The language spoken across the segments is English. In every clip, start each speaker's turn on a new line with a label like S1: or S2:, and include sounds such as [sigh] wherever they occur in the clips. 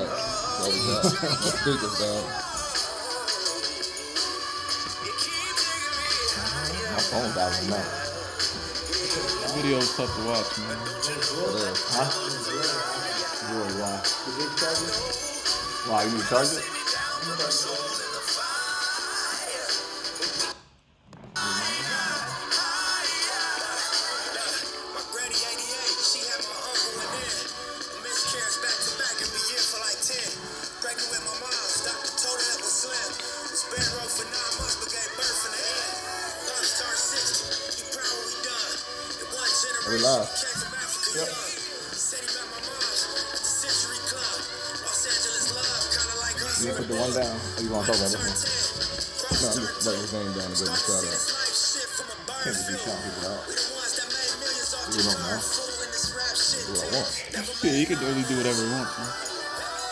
S1: how we got. Let's do this, dog. My phone dialing out.
S2: That video was tough to watch, man.
S1: What else?
S3: Really, why? Why you need to charge it?
S1: Are we live?
S4: Yep. Said he met my mom at the Century Club. Los Angeles love, kinda like us.
S3: You need to put the one down. Or you want to talk about this one?
S1: No, I'm just writing his name down and getting a shout out.
S3: Can't just be counting people out. You don't know.
S1: What I want.
S2: Yeah, you can totally do whatever you want, man.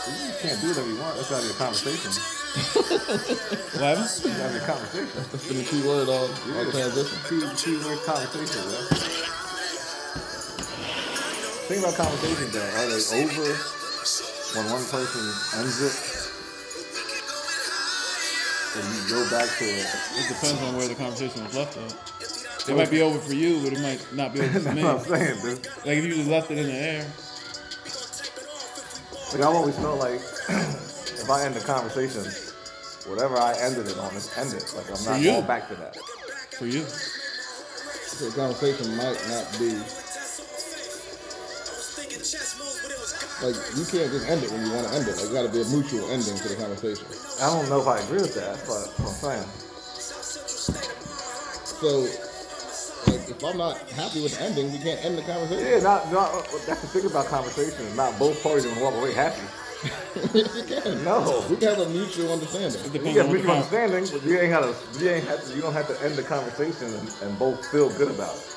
S3: You can't do whatever you want. That's gotta be a conversation.
S2: What happened?
S3: That's gotta be a conversation.
S1: That's been the key word all, all transition.
S3: Two, two word conversation, bro. Think about conversations though. Are they over when one person ends it? And you go back to it.
S2: It depends [laughs] on where the conversation was left at. It might be over for you, but it might not be over for
S3: [laughs] That's
S2: me.
S3: what I'm
S2: Like
S3: saying, dude.
S2: if you just left it in the air,
S3: Like I've always felt like [clears throat] if I end the conversation, whatever I ended it on, it's ended. Like I'm not
S2: you.
S3: going back to that.
S2: for you.
S1: So the conversation might not be like you can't just end it when you want to end it. Like, it got to be a mutual ending to the conversation.
S3: I don't know if I agree with that, but I'm saying.
S1: So, like, if I'm not happy with the ending, we can't end the conversation.
S3: Yeah, not, not that's the thing about conversations. Not both parties gonna walk away happy.
S1: yes, you can.
S3: No.
S1: We can have a mutual understanding.
S2: It
S3: You
S2: depends
S3: got
S2: on what the
S3: mutual
S2: con-
S3: understanding, but you ain't gotta, you ain't have to, you don't have to end the conversation and, and both feel good about it.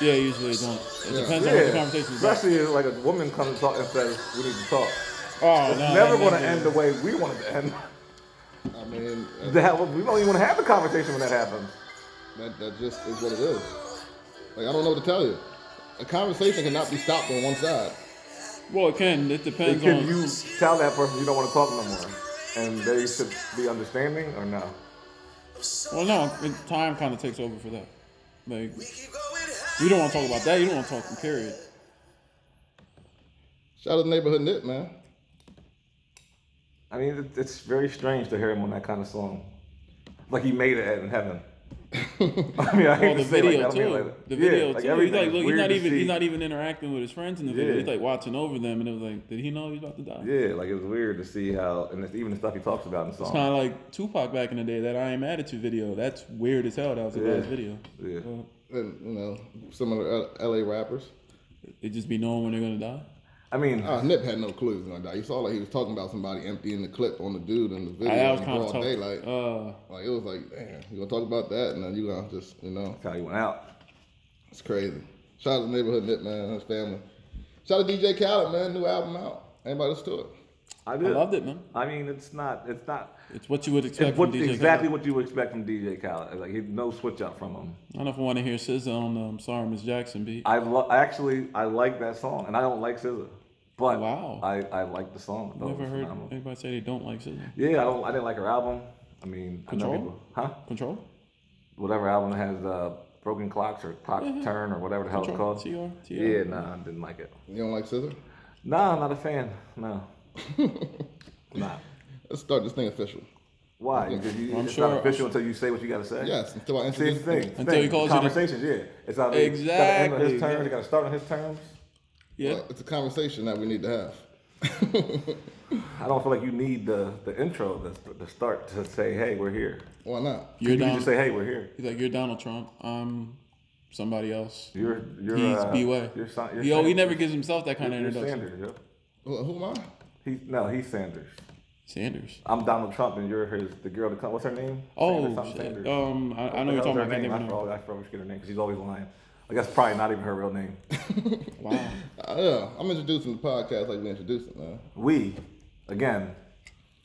S2: Yeah, usually it don't. It
S1: Yeah.
S2: depends on what the
S3: Yeah,
S2: conversation is about.
S3: especially if like a woman comes and talk and says we need to talk.
S2: Oh,
S3: It's
S2: no,
S3: never
S2: that-
S3: gonna
S2: that-
S3: end the way we wanted to end. [laughs]
S1: I mean, that,
S3: That we don't even want to have the conversation when that happens.
S1: that, that just is what it is. Like, I don't know what to tell you. A conversation cannot be stopped on one side.
S2: Well, it can. It depends
S3: Can
S2: on.
S3: you tell that person you don't want to talk no more, and they should be understanding or no?
S2: Well, no, it- time kind of takes over for that. Like, you don't want to talk about that. You don't want to talk. Period.
S1: Shout out to Neighborhood Knit, man.
S3: I mean, it, it's very strange to hear him on that kind of song. Like he made it in
S2: [laughs]
S3: heaven. I mean, I
S2: Well, the
S3: hate to say it
S2: video
S3: like that. I mean,
S2: too.
S3: like,
S2: the
S3: yeah,
S2: video
S3: like
S2: too. He's
S3: everything
S2: like,
S3: is
S2: look, he's
S3: weird
S2: not
S3: to
S2: even
S3: see.
S2: he's not even interacting with his friends in the video.
S3: Yeah.
S2: He's like watching over them, and it was like, did he know he was about to die?
S3: Yeah, like it was weird to see how, and it's even the stuff he talks about in the
S2: e-, It's
S3: song.
S2: kind of like Tupac back in the day. That I am mad at you video. That's weird as hell. That was the
S3: Yeah.
S2: last video.
S3: yeah.
S1: And, you know, some of the L- LA rappers.
S2: They just be knowing when they're gonna die.
S3: I mean,
S1: Oh, Nip had no clue he was gonna die. You saw like he was talking about somebody emptying the clip on the dude in the video
S2: that was
S1: in
S2: kind of
S1: broad
S2: tough.
S1: daylight.
S2: Uh,
S1: Like it was like, damn, you gonna talk about that and then you gonna just, you know,
S3: that's how he went out.
S1: it's crazy. Shout out to neighborhood Nip man and his family. Shout out to DJ Khaled man, new album out. Anybody listen to it?
S3: I
S2: I
S3: did.
S2: loved it, man.
S3: I mean, it's not, it's not,
S2: It's what you would expect
S3: it's what,
S2: from DJ.
S3: exactly
S2: Khaled.
S3: what you would expect from DJ Khaled. Like, he, no switch up from him.
S2: I don't know if I want to hear SZA on um, "Sorry Miss Jackson" beat.
S3: I lo- I actually, I like that song, and I don't like SZA, but
S2: Wow.
S3: I, I like the song. I thought it
S2: Never
S3: was
S2: heard
S3: phenomenal.
S2: anybody say they don't like SZA.
S3: Yeah, I don't, I didn't like her album. I mean, I
S2: Control?
S3: know people, huh?
S2: Control.
S3: Whatever album has uh, broken clocks or clock turn or whatever the hell it's
S2: Mm-hmm. Control.
S3: called.
S2: T R T R.
S3: Yeah, nah, I didn't like it.
S1: You don't like Scissor?
S3: Nah, I'm not a fan. No, nah.
S1: Let's start this thing official.
S3: Why? Because you,
S2: I'm
S3: it's
S2: sure-
S3: not official until you say what you got to say.
S1: Yes, until I answer
S3: Same
S1: this
S3: thing.
S1: thing.
S2: Until he calls you to-
S3: conversations. Yeah, it's not it's gotta end on
S2: Exactly.
S3: his terms. You got to start on his terms.
S2: Yeah.
S1: Well, It's a conversation that we need to have.
S3: I don't feel like you need the, the intro to, to start to say, hey, we're here.
S1: [laughs] Why not?
S2: You're
S3: You can
S2: down.
S3: just say, hey, we're here.
S2: He's like, you're Donald Trump. I'm somebody else.
S3: You're you're
S2: He's
S3: uh,
S2: B-Way.
S3: You're, Sa- you're
S2: Yo, he
S3: Sanders.
S2: never gives himself that kind of
S3: You're
S2: introduction.
S3: Sanders. Yo.
S1: Who who am I?
S3: He's no, he's Sanders.
S2: Sanders.
S3: I'm Donald Trump, and you're his the girl to come. What's her name? Sanders,
S2: Oh,
S3: something
S2: shit.
S3: Sanders.
S2: Um, I, I know
S3: What
S2: you're
S3: the
S2: talking
S3: hell's
S2: about. I can't
S3: her name.
S2: think
S3: I
S2: of her
S3: probably, I probably forget her name because she's always lying. Like that's probably not even her real name.
S2: name.
S3: [laughs]
S2: Wow.
S1: Uh, yeah, I'm introducing the podcast like we introduced it, man.
S3: We, again,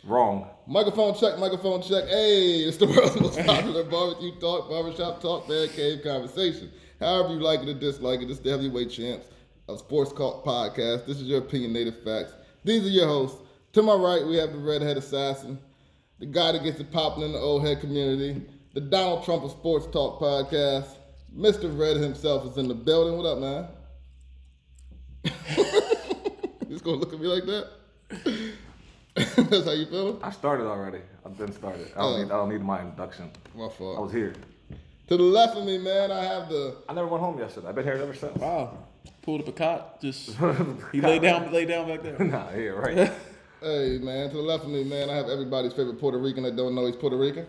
S3: wrong.
S1: Microphone check, microphone check. Hey, it's the [laughs] world's most popular barbecue talk, barbershop talk, man cave conversation. However you like it or dislike it, this is the heavyweight champs of sports cult podcast. This is your opinionated facts. These are your hosts, To my right, we have the redhead assassin, the guy that gets it popping in the old head community, the Donald Trump of Sports Talk podcast. Mr. Red himself is in the building. What up, man? [laughs] He's gonna look at me like that. [laughs] That's how you feel?
S3: I started already. I've been started. I don't,
S1: Oh.
S3: need, I don't need my induction.
S1: My
S3: I was
S1: fault.
S3: here.
S1: To the left of me, man, I have the
S3: I never went home yesterday. I've been here ever since. [laughs]
S2: Wow. Pulled up a cot. Just he lay down, lay down back there.
S3: nah,
S2: [laughs]
S3: yeah, right.
S1: hey man, to the left of me, man, I have everybody's favorite Puerto Rican that don't know he's Puerto Rican.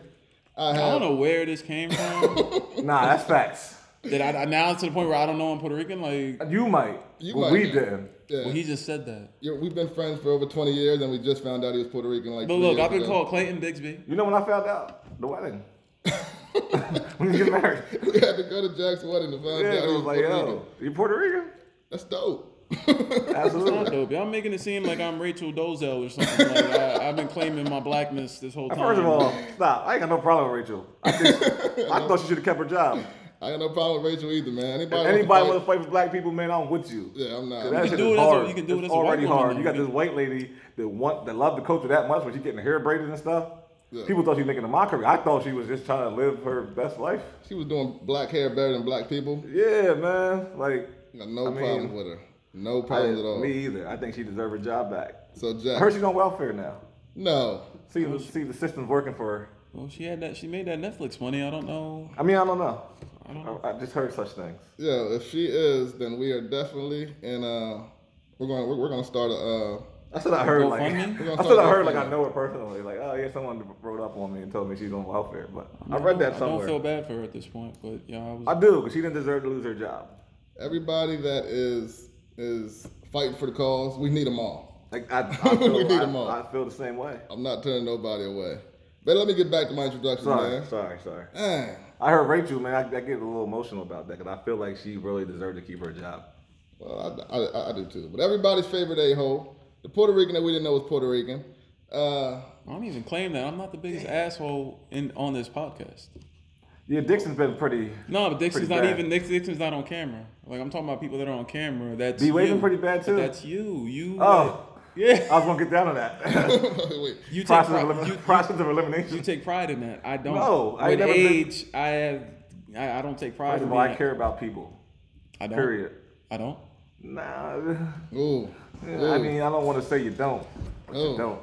S1: I
S2: I don't
S1: have
S2: know where this came
S3: [laughs]
S2: from.
S3: nah, that's facts.
S2: that I, I now it's to the point where I don't know I'm Puerto Rican. Like,
S3: You might.
S1: You
S3: but
S1: might
S3: we
S1: not.
S3: didn't.
S1: yeah,
S2: well, he just said that.
S1: yeah, we've been friends for over twenty years and we just found out he was Puerto Rican like
S2: But
S1: three
S2: look,
S1: years
S2: I've been
S1: ago.
S2: called Clayton Bixby.
S3: You know when I found out? The wedding. [laughs] when you get married.
S1: [laughs] we had to go to Jack's wedding to find
S3: Yeah,
S1: out
S3: it
S1: he
S3: was
S1: was
S3: like,
S1: Puerto
S3: yo,
S1: Rican.
S3: you Puerto Rican?
S1: That's dope.
S2: Not
S3: Absolutely.
S2: dope. Y'all making it seem like I'm Rachel Dozel or something. Like, I, I've been claiming my blackness this whole time.
S3: First of all, stop. I ain't got no problem with Rachel. I,
S1: [laughs]
S3: think, I thought she should have kept her job.
S1: [laughs] I got no problem with Rachel either, man. Anybody,
S3: If
S1: wants to
S3: anybody
S1: fight-
S3: want to fight for black people, man, I'm with you.
S1: Yeah, uh, I'm not.
S3: Cause
S1: I'm
S3: That
S1: not.
S3: shit
S2: do
S3: is
S2: it as a-
S3: hard.
S2: you can do it
S3: It's
S2: as a white
S3: already
S2: woman,
S3: hard.
S2: though.
S3: You got this white lady that want that loved the culture that much when she getting her hair braided and stuff.
S1: Yeah.
S3: People thought she was making a mockery. I thought she was just trying to live her best life.
S1: She was doing black hair better than black people.
S3: Yeah, man. Like
S1: Got no
S3: I mean,
S1: problems with her. No
S3: I,
S1: problems at all.
S3: me either. I think she deserves her job back.
S1: So
S3: I
S1: Jack,
S3: heard she's on welfare now.
S1: no.
S3: See, see, the system's working for her.
S2: well, she had that. She made that Netflix money. I don't know.
S3: I mean, I don't know.
S2: I don't
S3: I, I just heard such things.
S1: Yeah, if she is, then we are definitely in. Uh, we're going. We're, we're going to start a. Uh,
S3: That's what I heard. Like,
S2: GoFundMe?
S1: We're gonna
S3: that's
S1: start
S3: what I heard. Like,
S1: GoFundMe.
S3: I know her personally. Like, oh yeah, someone wrote up on me and told me she's on welfare. But I read that
S2: I don't feel
S3: somewhere.
S2: bad for her at this point, but yeah, I was.
S3: I do because she didn't deserve to lose her job.
S1: everybody that is is fighting for the cause, we need them all.
S2: [laughs]
S3: Like, I, I,
S1: We
S3: feel,
S1: need 'em all.
S3: I, I feel the same way.
S1: I'm not turning nobody away. But let me get back to my introduction,
S3: Sorry,
S1: man.
S3: sorry, sorry.
S1: Eh,
S3: I heard Rachel, man. I, I get a little emotional about that because I feel like she really deserved to keep her job.
S1: well, I, I, I do too. But everybody's favorite a hole, the Puerto Rican that we didn't know was Puerto Rican. Uh, [laughs]
S2: I don't even claim that. I'm not the biggest asshole in on this podcast.
S3: Yeah, Dixon's been pretty.
S2: No, but Dixon's not
S3: Pretty bad.
S2: even Dix- Dixon's not on camera. Like I'm talking about people that are on camera. That's
S3: D-Wade
S2: you.
S3: been pretty bad,
S2: But
S3: too.
S2: That's you. You.
S3: Oh.
S2: like- yeah.
S3: I was gonna get down to that [laughs]
S1: wait,
S2: [laughs] You take,
S3: process,
S2: pri-
S3: of, elim-
S2: you,
S3: process of
S2: you
S3: elimination.
S2: take pride in that. I don't.
S3: No, I
S2: With
S3: never did.
S2: age, I have. I, I don't take pride
S3: First
S2: in
S3: of all, I
S2: being-
S3: care about people.
S2: I don't.
S3: Period.
S2: I don't.
S3: Nah,
S1: ooh,
S3: I mean, I don't want to say you don't, but
S1: Oh.
S3: you don't.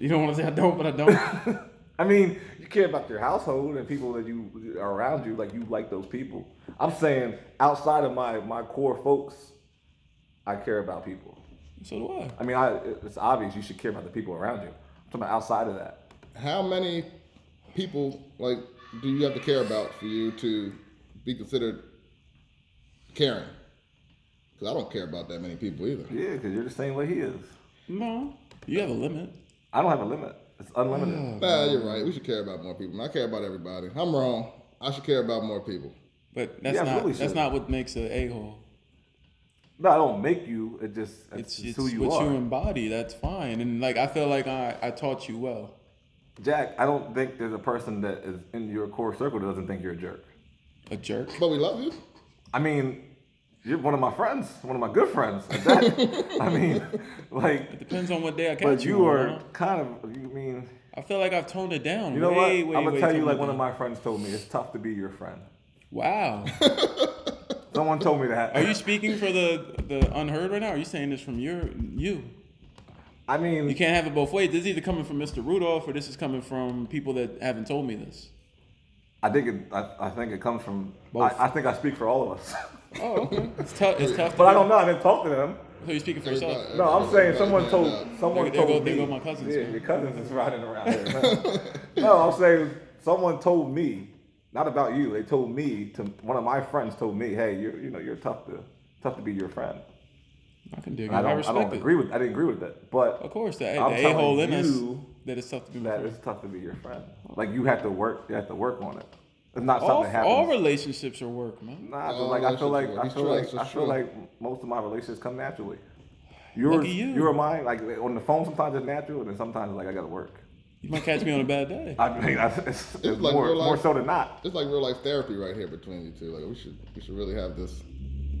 S2: You don't want to say I don't, but I don't.
S3: I mean, you care about your household and people that you are around you, like you like those people. I'm saying outside of my my core folks, I care about people.
S2: so do I.
S3: I mean, I it's obvious you should care about the people around you. I'm talking about outside of that.
S1: how many people like do you have to care about for you to be considered caring? Because I don't care about that many people either.
S3: Yeah, because you're the same way he is.
S2: No, you have a limit.
S3: I don't have a limit. It's
S2: Mm.
S3: unlimited.
S1: Nah, you're right. We should care about more people. I care about everybody. I'm wrong. I should care about more people.
S2: But that's
S3: Yeah,
S2: not.
S3: absolutely
S2: That's
S3: should.
S2: not what makes a a hole.
S3: No, I don't make you. It just it's,
S2: It's it's
S3: who you
S2: what
S3: are.
S2: you embody. That's fine. And like I feel like I I taught you well.
S3: Jack, I don't think there's a person that is in your core circle that doesn't think you're a jerk.
S2: A jerk.
S1: But we love you.
S3: I mean, you're one of my friends, one of my good friends. at
S2: [laughs]
S3: that. I mean, like
S2: Depends on what day I catch
S3: But you
S2: on,
S3: are
S2: huh?
S3: kind of, you mean,
S2: I feel like I've toned it down.
S3: you know
S2: way,
S3: what?
S2: Way,
S3: I'm gonna
S2: way
S3: tell you
S2: toned
S3: like
S2: it
S3: one of
S2: down.
S3: my friends told me, it's tough to be your friend. [laughs]
S2: Wow.
S3: Someone told me that.
S2: Are you speaking for the the unheard right now? Or are you saying this from your you?
S3: I mean,
S2: You can't have it both ways. This is either coming from Mr. Rudolph or this is coming from people that haven't told me this.
S3: I think it, I, I think it comes from,
S2: Both.
S3: I, I think I speak for all of us. [laughs]
S2: Oh, okay. it's tough. It's tough.
S3: but I don't know, I didn't talk to them.
S2: So you're speaking for yourself.
S1: Everybody-
S3: No, I'm saying
S1: everybody
S3: someone
S1: man
S3: told,
S1: up.
S3: someone
S2: There- there
S3: told
S2: go- there
S3: me.
S2: go my cousins,
S3: Yeah,
S2: man.
S3: your cousins is riding around here. man. [laughs]
S1: [laughs]
S3: no, I'm saying someone told me, not about you, they told me, to one of my friends told me, hey, you're, you know, you're tough to, tough to be your friend.
S2: I can dig it.
S3: I
S2: I,
S3: don't, I,
S2: respect
S3: don't
S2: it.
S3: agree with, I didn't agree with that, but.
S2: Of course, the,
S3: I'm
S2: the a hole in
S3: telling
S2: us
S3: you
S2: that it's tough to be my
S3: that
S2: friend.
S3: it's tough to be your friend. Like you have to work, you have to work on it. It's not something
S2: All,
S3: that
S2: all
S3: happens.
S2: relationships are work, man.
S3: nah, but
S1: all
S3: like I feel like
S1: relationships work.
S3: I
S1: He's
S3: feel like
S1: true, it's
S3: I
S1: just
S3: feel
S1: true.
S3: like most of my relationships come naturally. Yours,
S2: at you.
S3: are mine. Like on the phone, sometimes it's natural, and then sometimes like I gotta work.
S2: You might catch me on a bad day.
S3: [laughs] I mean, I, it's, it's
S1: like
S3: more
S1: real
S3: more
S1: life.
S3: so than not.
S1: It's like real life therapy right here between you two. Like we should we should really have this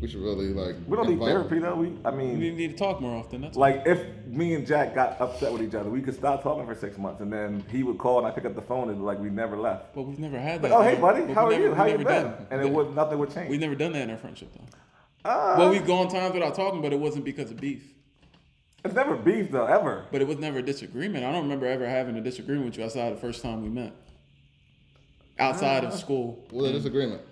S1: We should really like.
S3: We don't need
S1: invite-
S3: therapy though. We, I mean,
S2: We need to talk more often. That's
S3: Like if me and Jack got upset with each other, we could stop talking for six months, and then he would call and I pick up the phone and like we never left.
S2: But we've never had that.
S3: Like, oh hey
S2: though. But
S3: buddy,
S2: we've
S3: how are
S2: never-
S3: you?
S2: we've
S3: How you
S2: never
S3: been?
S2: done- we've
S3: And it
S2: never-
S3: would nothing would
S2: We've
S3: change.
S2: never done that in our friendship though.
S3: Uh,
S2: well, we've gone times without talking, but it wasn't because of beef.
S3: it's never beef though ever.
S2: But it was never a disagreement. I don't remember ever having a disagreement with you outside the first time we met. Outside of school.
S1: Well, a disagreement.
S2: I,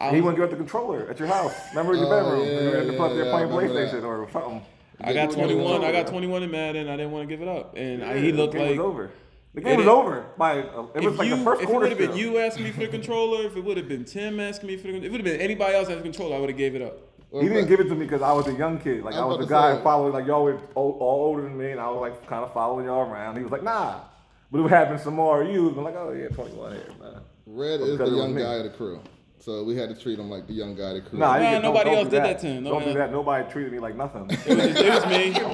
S3: Ah. He wouldn't give up the controller at your house. Remember in your
S1: Oh,
S3: bedroom?
S1: yeah,
S3: Remember you had to put up
S1: yeah,
S3: there
S1: yeah,
S3: playing
S1: I remember that.
S3: PlayStation or something.
S2: I got
S1: The game was
S2: 21. I got
S3: over.
S2: 21 in Madden. I didn't want to give it up. And I, he
S3: Yeah,
S2: looked
S3: the game
S2: like.
S3: was over. The
S2: it
S3: game was
S2: is-
S3: over. By uh, it was
S2: If,
S3: like
S2: you,
S3: the first
S2: if it
S3: quarter.
S2: would have been
S3: still.
S2: you asking me for the controller, if it would have been Tim asking me for the, if it would have been anybody else asking the controller, I would have gave it up.
S1: Well,
S3: He didn't
S1: but-
S3: give it to me because I was a young kid. Like
S1: I
S3: I,
S1: was
S3: was the
S1: about to
S3: guy
S1: say.
S3: following. Like y'all were all, all older than me, and I was like kind of following y'all around. He was like, "Nah," but it happened some more. You was like, "Oh yeah, 21 here, man."
S1: Red
S3: Because
S1: is the
S3: it was
S1: young
S3: me.
S1: guy of the crew, so we had to treat him like the young guy of the crew.
S3: Nah, you
S2: Nah,
S3: can- don't-
S2: nobody
S3: don't
S2: else
S3: do
S2: did that to him.
S3: Don't
S2: Nobody
S3: do
S2: else-
S3: that. Nobody treated me like nothing.
S2: It was, it was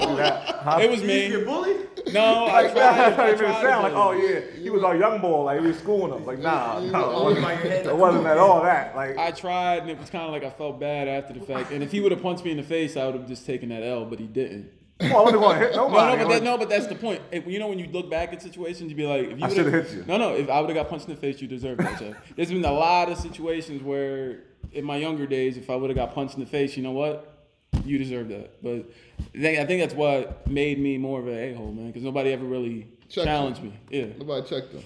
S2: me.
S3: [laughs]
S2: It was
S5: You get
S2: me.
S5: bullied?
S2: No, I
S3: Like,
S2: tried.
S3: that
S2: I
S3: made it
S2: tried to
S3: sound like,
S2: bully him.
S3: oh yeah, he was our young boy. Like we was schooling him. Like nah,
S1: you-
S3: no,
S1: you-
S3: it wasn't,
S5: Like, your head,
S3: it
S5: like,
S3: wasn't
S5: come
S3: at
S5: on,
S3: all that. Like
S2: I tried, and it was kind of like I felt bad after the fact. And if he would have punched me in the face, I would have just taken that L, but he didn't.
S3: come on, I wasn't going to hit
S2: No, no,
S3: nobody.
S2: but that, no, but that's the point. If- you know, when you look back at situations, you'd be like, if you
S3: I
S2: would've-
S3: should've hit you.
S2: No, no, if I would have got punched in the face, you deserve that.
S3: [laughs]
S2: Jeff. There's been a lot of situations where, in my younger days, if I would have got punched in the face, you know what? You deserve that. But I think, I think that's what made me more of an a hole, man, because nobody ever really
S1: Checked
S2: challenged me. Yeah.
S1: Nobody checked him.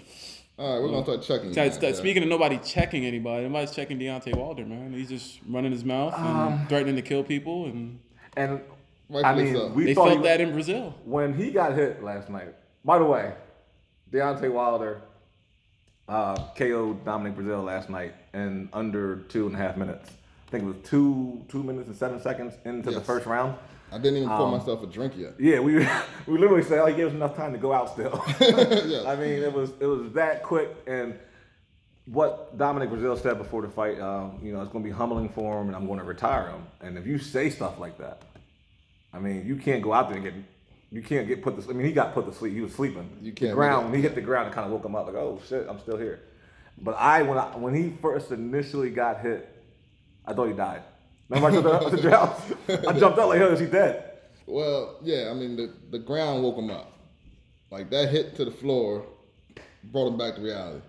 S1: All right, we're gonna start checking.
S2: So,
S1: you
S2: so
S1: now, yeah.
S2: Speaking of nobody checking anybody, nobody's checking Deontay Wilder, man. He's just running his mouth and threatening to kill people, and
S3: And I
S1: Rightfully
S3: mean,
S1: so.
S3: we
S2: they
S3: thought
S2: felt
S3: he-
S2: that in Brazil.
S3: when he got hit last night, by the way, Deontay Wilder uh, KO'd Dominic Brazil last night in under two and a half minutes. I think it was two two minutes and seven seconds into the
S1: Yes.
S3: first round.
S1: I didn't even
S3: Um,
S1: pour myself a drink yet.
S3: Yeah, we [laughs] we literally said like it was enough time to go out still. [laughs]
S1: Yes.
S3: I mean, it was it was that quick and what Dominic Brazil said before the fight, um, you know, it's going to be humbling for him, and I'm going to retire him. And if you say stuff like that, I mean, you can't go out there and get, you can't get put to. I mean, he got put to sleep. He was sleeping.
S1: You
S3: The
S1: can't do
S3: ground
S1: that.
S3: when he hit the ground, it kind of woke him up. Like, oh shit, I'm still here. But I when I when he first initially got hit, I thought he died. Remember I jumped out to the house? I jumped out like, oh, is he dead?
S1: Well, yeah, I mean the, the ground woke him up. Like that hit to the floor brought him back to reality.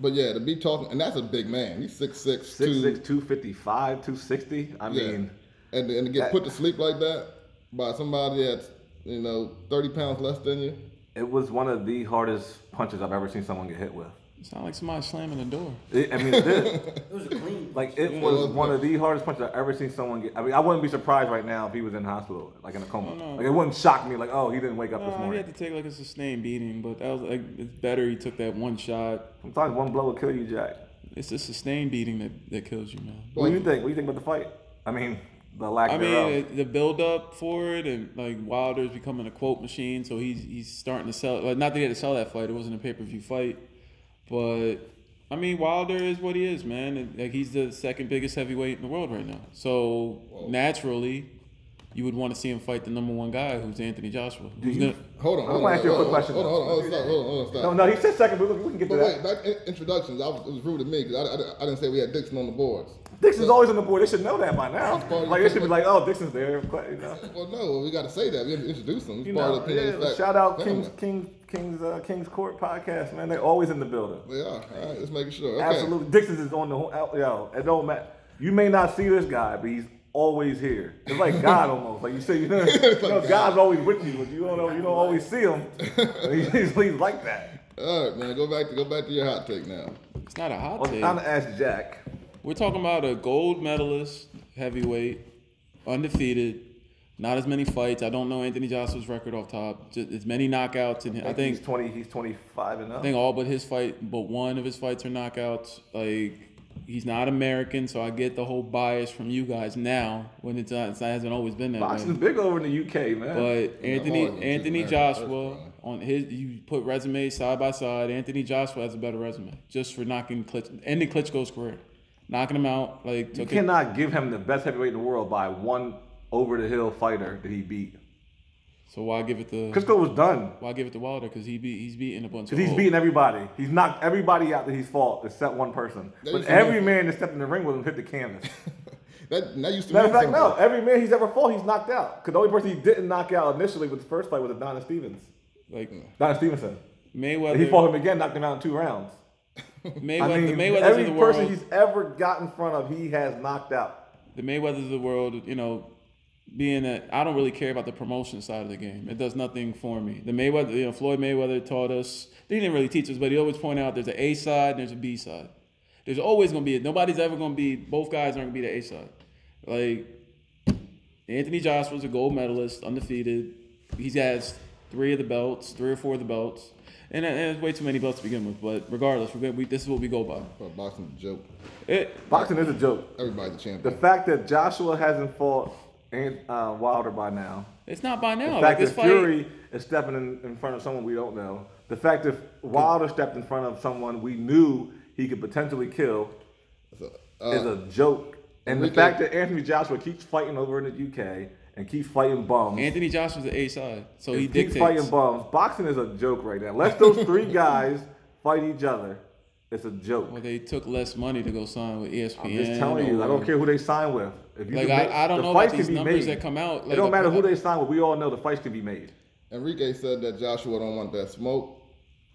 S1: But yeah, to be talking and that's a big man. He's six six
S3: Six
S1: two.
S3: six two fifty five two sixty. I
S1: yeah.
S3: mean,
S1: and and to get
S3: that-
S1: put to sleep like that by somebody that's you know thirty pounds less than you.
S3: it was one of the hardest punches I've ever seen someone get hit with.
S2: Sound like somebody slamming the door.
S3: It,
S1: [laughs]
S3: I mean, it did.
S5: It was a clean.
S3: Like it
S1: it
S3: was
S1: was
S3: one
S1: rough.
S3: of the hardest punches I've ever seen someone get. I mean, I wouldn't be surprised right now if he was in the hospital, like in a coma.
S2: No, no.
S5: Mm-hmm.
S3: Like it wouldn't shock me. Like, oh, he didn't wake up this
S2: Uh, he
S3: morning.
S2: had to take like a sustained beating, but that was like it's better. He took that one shot.
S3: Sometimes one blow will kill you, Jack.
S2: It's a sustained beating that, that kills you, man.
S3: What do you think? What do you think about the fight? I mean, the lack
S2: I mean,
S3: thereof.
S2: it- the build up for it, and like Wilder's becoming a quote machine, so he's he's starting to sell. Like, not that he had to sell that fight; it wasn't a pay per view fight, but I mean, Wilder is what he is, man. And, like, he's the second biggest heavyweight in the world right now. So naturally, you would want to see him fight the number one guy, who's Anthony Joshua. Who's
S3: you-
S2: gonna-
S1: Hold on,
S3: I'm
S1: hold
S3: gonna
S1: on,
S3: ask you a
S1: hold
S3: quick
S1: on,
S3: question,
S1: Hold on,
S3: though.
S1: hold on, hold on, stop, hold on, hold on, stop.
S3: no, no, he said second, but we can get to
S1: But
S3: that.
S1: wait, back in introductions, I was, it was rude of me because I, I, I didn't say we had Dixon on the boards.
S3: Dixon's always on the board. They should know that by now.
S1: That's part of
S3: Like
S1: the-
S3: they should be like, oh, Dixon's there. But, you know,
S1: Well, no, we got to say that. We had to introduce him. He's
S3: you
S1: part
S3: know,
S1: of the Opinion
S3: yeah,
S1: Fact
S3: shout out
S1: family.
S3: Kings, Kings, Kings, uh, Kings Court podcast, man. They're always in the building.
S1: They are. All right, let's make sure. Okay.
S3: [laughs] Absolutely. Dixon's is on the whole- out- yo. It don't matter. You may not see this guy, but he's always here. It's
S1: [laughs]
S3: like God almost. Like you say, [laughs] you know, you know, God's always with you, but you don't know, you don't always see
S1: [laughs]
S3: him. He's, he's like that.
S1: [laughs] All right, man. Go back to go back to your hot take now. [laughs]
S2: It's not a hot
S3: Well,
S2: take.
S3: it's time to ask Jack.
S2: We're talking about a gold medalist, heavyweight, undefeated, not as many fights. I don't know Anthony Joshua's record off top. Just as many knockouts, and I think
S3: he's twenty. He's twenty-five and up.
S2: I think all but his fight, but one of his fights are knockouts. Like he's not American, so I get the whole bias from you guys now when it's not, it hasn't always been that way.
S3: Boxing's big over in the UK, man.
S2: But Anthony
S1: always been
S2: Anthony
S1: choosing America
S2: Joshua
S1: first,
S2: on his you put resumes side by side. Anthony Joshua has a better resume just for knocking Klitsch, ending Klitschko's career, knocking him out. Like
S3: you
S2: took it-
S3: cannot give him the best heavyweight in the world by one over-the-hill fighter that he beat.
S2: So why give it the
S3: Klitschko was done.
S2: Why give it to Wilder? Because he be, he's beating a bunch of.
S3: Cause he's
S2: old-
S3: beating everybody. He's knocked everybody out that he's fought except one person.
S1: That
S3: But
S2: [laughs]
S1: is
S3: every man that stepped in the ring with him hit the canvas.
S1: That, that used to
S3: Matter
S1: mean
S3: of fact,
S1: something.
S3: no. Every man he's ever fought, he's knocked out. Because the only person he didn't knock out initially with the first fight was Adonis Stevens.
S2: Like
S3: Adonis Stevenson.
S2: Mayweather,
S3: He fought him again, knocked him out in two rounds.
S1: [laughs]
S2: Mayweather,
S3: I mean,
S2: the Mayweathers
S3: every
S2: of the
S3: person
S2: world,
S3: he's ever got in front of, he has knocked out.
S2: the Mayweathers of the world, you know, being that I don't really care about the promotion side of the game. It does nothing for me. The Mayweather, you know, Floyd Mayweather taught us. He didn't really teach us, but he always pointed out there's an A side and there's a B side. There's always gonna be a, nobody's ever gonna be both guys aren't gonna be the A side. Like Anthony Joshua's a gold medalist, undefeated. He's has three of the belts, three or four of the belts, and, and there's way too many belts to begin with. But regardless, we're gonna, we, this is what we go by.
S1: Bro, boxing's a joke.
S2: It,
S3: Boxing is a joke.
S1: Everybody's a champion.
S3: The fact that Joshua hasn't fought Ant- uh, Wilder by now,
S2: it's not by
S3: the
S2: now. Oh, Like
S3: fact
S2: this
S3: that
S2: fight,
S3: Fury is stepping in, in front of someone we don't know, the fact that Wilder stepped in front of someone we knew he could potentially kill
S1: So,
S3: is
S1: uh,
S3: a joke. And the
S1: Enrique-
S3: fact that Anthony Joshua keeps fighting over in the UK and keeps fighting bums.
S2: Anthony Joshua's the A side, so he
S3: If Keep
S2: dictates.
S3: fighting bums. Boxing is a joke right now. Let those
S2: [laughs]
S3: three guys fight each other. It's a
S2: Well,
S3: joke.
S2: they took less money to go sign with E ESPN.
S3: I'm just telling you. I don't care who they sign with. If you
S2: Like,
S3: can
S2: I-
S3: make-
S2: I don't
S3: the
S2: know about
S3: fights can
S2: these
S3: be
S2: numbers
S3: made.
S2: that come out,
S3: it
S2: like,
S3: don't matter who
S2: the-
S3: they sign with. We all know the fights can be made.
S1: Enrique said that Joshua don't want that smoke,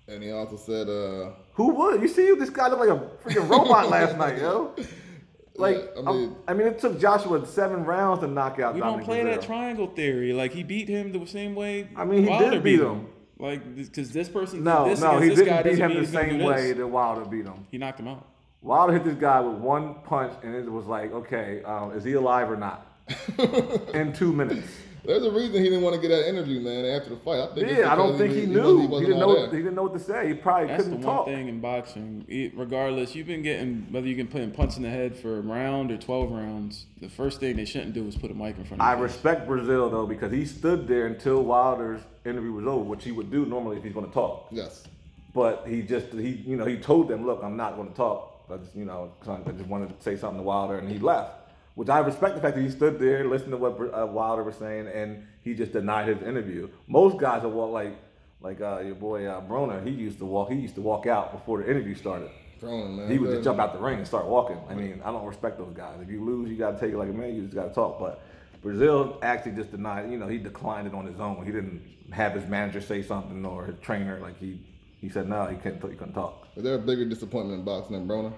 S1: and he also said, uh,
S3: Who would? You see, this guy looked like a freaking
S1: [laughs]
S3: robot last night, yo. Like,
S1: Yeah, I
S3: I'm- I mean,
S1: mean-
S3: it took Joshua seven rounds to knock out.
S2: We don't
S3: Dominic
S2: play that
S3: Brazil.
S2: triangle theory. Like he beat him the same way.
S3: I mean, he
S2: Wilder
S3: did beat him.
S2: Like because this person.
S3: No,
S2: this
S3: no,
S2: against
S3: he
S2: this guy
S3: didn't beat
S2: doesn't
S3: him
S2: mean
S3: the
S2: he's gonna
S3: same
S2: do this.
S3: way that Wilder beat him.
S2: He knocked him out.
S3: Wilder hit this guy with one punch, and it was like, okay, um, is he alive or not? In two minutes.
S1: [laughs] "There's a reason he didn't want to get that interview, man. After the fight, I think it's
S3: Yeah, I don't think
S1: because
S3: he,
S1: wasn't-
S3: knew. He,
S1: wasn't
S3: didn't know.
S1: all
S3: What, he
S1: there.
S3: didn't know what to say. He probably
S2: That's the
S3: couldn't
S2: one
S3: talk.
S2: thing in boxing. It- regardless, you've been getting whether you can put him punch in the head for a round or twelve rounds. The first thing they shouldn't do is put a mic in front of.
S3: I
S2: you.
S3: respect Brazil though because he stood there until Wilder's interview was over, which he would do normally if he's going to talk.
S1: Yes,
S3: But he just he you know he told them, look, I'm not going to talk. I just you know 'cause I just wanted to say something to Wilder, and he left. Which I respect the fact that he stood there, listened to what uh, Wilder was saying, and he just denied his interview. Most guys will walk like like uh, your boy uh, Broner. He used to walk. He used to walk out before the interview started.
S1: Broner, man.
S3: He would just
S1: That-
S3: jump out the ring and start walking. I mean, I don't respect those guys. If you lose, you gotta take it like a man. You just gotta talk. But Brazil actually just denied. You know, he declined it on his own. He didn't have his manager say something or his trainer. Like he, he said no, he couldn't. He couldn't talk.
S1: Is there a bigger disappointment in boxing than Broner?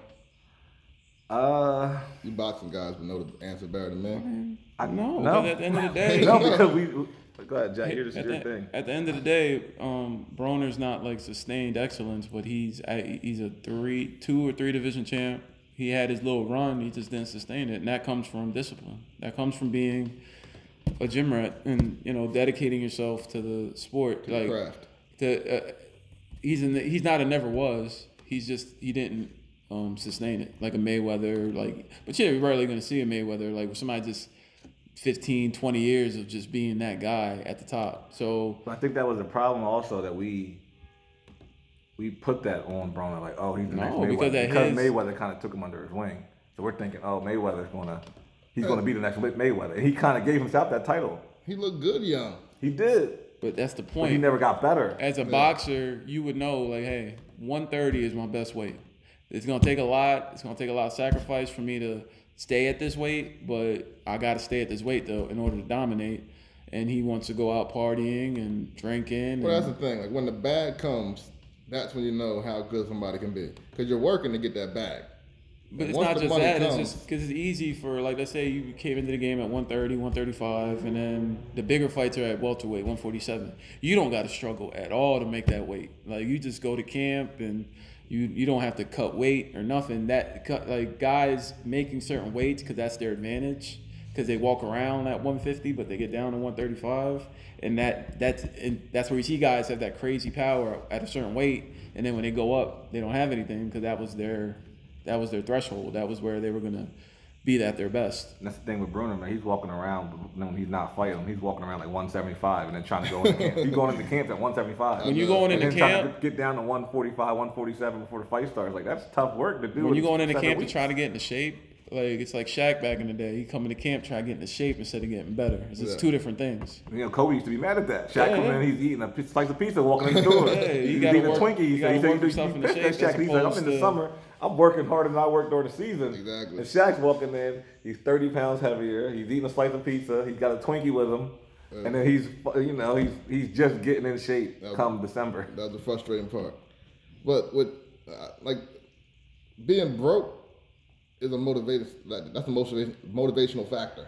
S3: Uh,
S1: You boxing guys would know the answer better than
S2: Mm-hmm.
S1: me.
S3: I
S2: No,
S3: no,
S2: but at the end of the day,
S3: [laughs] no, because we. Go ahead, Jack. You're just
S2: at,
S3: your
S2: the,
S3: thing.
S2: at the end of the day, um, Broner's not like sustained excellence, but he's I- he's a three, two or three division champ. He had his little run, he just didn't sustain it, and that comes from discipline. That comes from being a gym rat and you know dedicating yourself to the sport, like
S1: craft.
S2: To, uh, he's in the, he's not a never was. He's just he didn't um, sustain it like a Mayweather, like but yeah, you're rarely gonna see a Mayweather like where somebody just 15, 20 years of just being that guy at the top. So
S3: But I think that was the problem also that we. We put that on Broner, like, oh, he's the next
S2: No,
S3: Mayweather.
S2: because
S3: Because,
S2: at his-
S3: Mayweather kind of took him under his wing. So we're thinking, oh, Mayweather's gonna, he's gonna be the next Mayweather. And he kind of gave himself that title.
S1: He looked good young.
S3: He did,
S2: but that's the
S3: but he
S2: point.
S3: never got better.
S2: As a boxer, you would know like, hey, one thirty is my best weight. It's gonna take a lot. It's gonna take a lot of sacrifice for me to stay at this weight, but I gotta stay at this weight though in order to dominate. And he wants to go out partying and drinking.
S1: But that's
S2: And,
S1: the thing. Like when the bag comes, that's when you know how good somebody can be. Because you're working to get that bag.
S2: but it's
S1: once
S2: not
S1: the
S2: just
S1: money
S2: that. It's
S1: comes-
S2: just because it's easy for like let's say you came into the game at 130, 135, and then the bigger fights are at welterweight, 147. You don't got to struggle at all to make that weight. Like you just go to camp and you you don't have to cut weight or nothing. That cut like guys making certain weights because that's their advantage because they walk around at 150 but they get down to 135 and that that's and that's where you see guys have that crazy power at a certain weight and then when they go up they don't have anything because that was their that was their threshold. That was where they were gonna be at their best.
S3: And that's the thing with Bruno, man. He's walking around but when he's not fighting. He's walking around like 175 and then trying to go into camp. He's going into camp at 175.
S2: When you're going
S3: and
S2: into
S3: then trying
S2: camp-
S3: to get down to 145, 147 before the fight starts. Like that's tough work to do.
S2: When
S3: in
S2: you're going into
S3: seven
S2: camp
S3: weeks.
S2: to try to get into shape, Like it's like Shaq back in the day. He coming to camp trying to get into shape instead of getting better. It's just
S1: Yeah.
S2: two different things.
S3: You know, Kobe used to be mad at that. Shaq
S2: Yeah,
S3: come
S2: yeah.
S3: in, he's eating a piece- slice of pizza, walking in the
S2: [laughs]
S3: door.
S2: Yeah, you
S3: he's
S2: gotta
S3: eating
S2: work-
S3: a Twinkie.
S2: you
S3: He
S2: gotta
S3: said,
S2: work
S3: you
S2: yourself
S3: think
S2: into
S3: you pissed
S2: shape
S3: at Shaq?
S2: as
S3: He's like, I'm
S2: opposed
S3: in the
S2: to-
S3: summer. I'm working harder than I work during the season.
S1: Exactly.
S3: And Shaq's walking in. He's 30 pounds heavier. He's eating a slice of pizza. He's got a Twinkie with him. And then he's, fu- you know, he's he's just getting in shape
S1: That-
S3: come December.
S1: That's the frustrating part. But with uh, like being broke is a motivated like that's a motivation motivational factor.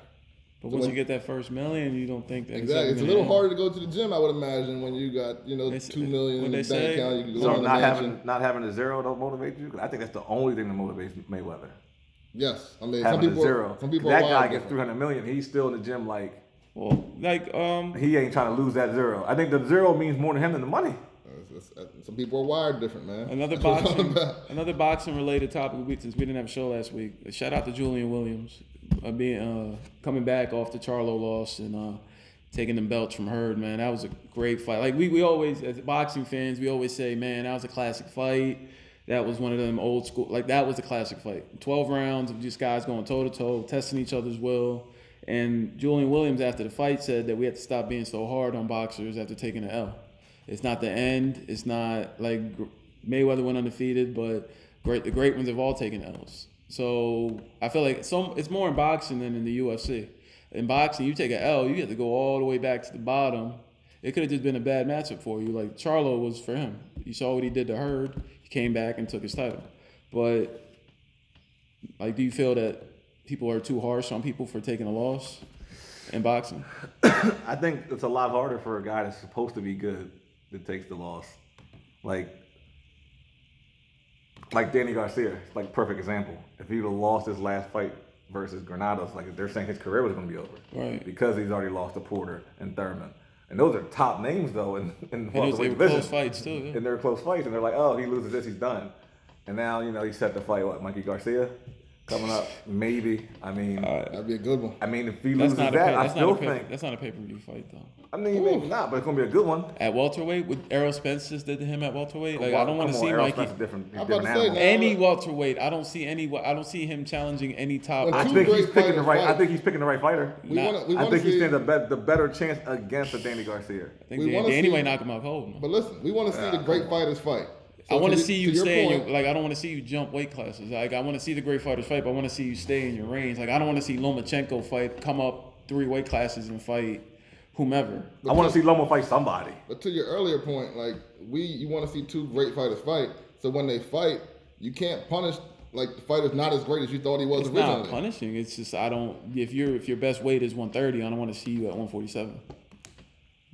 S2: But once
S1: when-
S2: you get that first million, you don't think that
S1: Exactly.
S2: ever
S1: It's a
S2: gonna
S1: little
S2: end.
S1: harder to go to the gym, I would imagine, when you got you know
S2: It's-
S1: two million in
S2: what
S1: the
S2: they
S1: bank
S2: say-
S1: account. You can go
S3: So
S1: on the
S3: not
S1: mansion.
S3: having not having a zero don't motivate you. 'Cause I think that's the only thing that motivates Mayweather.
S1: yes, I mean some
S3: Having
S1: people.
S3: a zero.
S1: Some people.
S3: that
S1: are
S3: guy
S1: wired
S3: gets
S1: different.
S3: 300 million. He's still in the gym like
S2: Well, like um,
S3: he ain't trying to lose that zero. I think the zero means more to him than the money.
S1: It's- it's- Some people are wired different, man.
S2: another
S1: [laughs] That's what it's all
S2: boxing,
S1: about.
S2: another boxing related topic. We since we didn't have a show last week. Shout out to Julian Williams, uh, being uh, coming back off the Charlo loss and uh, taking the belts from Hurd. Man, that was a great fight. Like we, we always as boxing fans, we always say, man, that was a classic fight. That was one of them old school. Like that was a classic fight. Twelve rounds of just guys going toe to toe, testing each other's will. And Julian Williams after the fight said that we had to stop being so hard on boxers after taking an L. It's not the end. It's not like Gr- Mayweather went undefeated, but great the great ones have all taken L's. So I feel like some it's more in boxing than in the UFC. In boxing, you take an L, you have to go all the way back to the bottom. It could have just been a bad matchup for you. Like Charlo was for him. You saw what he did to Hurd. He came back and took his title. But like, do you feel that people are too harsh on people for taking a loss in boxing?
S3: I think it's a lot harder for a guy that's supposed to be good that takes the loss. Like like Danny Garcia, like perfect example. If he'd have lost his last fight versus Granados, like they're saying his career was gonna be over.
S2: Right.
S3: Because he's already lost to Porter and Thurman. And those are top names though in, in
S2: And it was,
S3: welterweight
S2: they were close
S3: division.
S2: fights too. yeah.
S3: And they're close fights and they're like, oh, he loses this, he's done. And now, you know, he set the fight, what, Mikey Garcia? Coming up, maybe. I mean,
S1: That'd be a good one.
S3: I mean, if he
S2: That's
S3: loses
S2: not,
S3: that,
S2: a pay,
S3: I
S2: that's, not
S3: still
S2: a pay,
S3: think
S2: that's not a pay per view fight though.
S3: I mean, maybe not, but it's gonna be a good one.
S2: At welterweight, with Errol Spence just did to him at welterweight. Like I don't want to
S3: Come on,
S2: see
S3: Errol
S2: Mikey.
S3: Spence is different, he's
S1: I'm about
S3: different
S1: to say,
S3: animal.
S1: man.
S2: Any welterweight, I don't see any. I don't see him challenging any top.
S3: I
S1: Two
S3: think
S1: great
S3: he's picking the
S1: fighters
S3: right.
S1: fight.
S3: I think he's picking the right fighter.
S1: We
S2: Nah.
S1: wanna, we
S3: I
S1: wanna
S3: think
S1: see,
S3: he stands a bet, the better chance against a Danny Garcia.
S2: I think
S1: we
S2: they,
S1: wanna
S2: they anyway
S1: see-
S2: knock him out cold. man.
S1: But listen, we want to see the great fighters fight.
S2: I
S1: So
S2: want to
S1: your-
S2: see you
S1: your
S2: stay. In
S1: point-
S2: your, like I don't want to see you jump weight classes. Like I want to see the great fighters fight, but I want to see you stay in your range. Like I don't want to see Lomachenko fight, come up three weight classes and fight whomever.
S3: I want to see Lomo fight somebody.
S1: But to your earlier point, like we, you want to see two great fighters fight. So when they fight, you can't punish like the fighter's not as great as you thought he was
S2: It's
S1: originally.
S2: not punishing. It's just I don't. If your if your best weight is one thirty, I don't want to see you at one forty seven.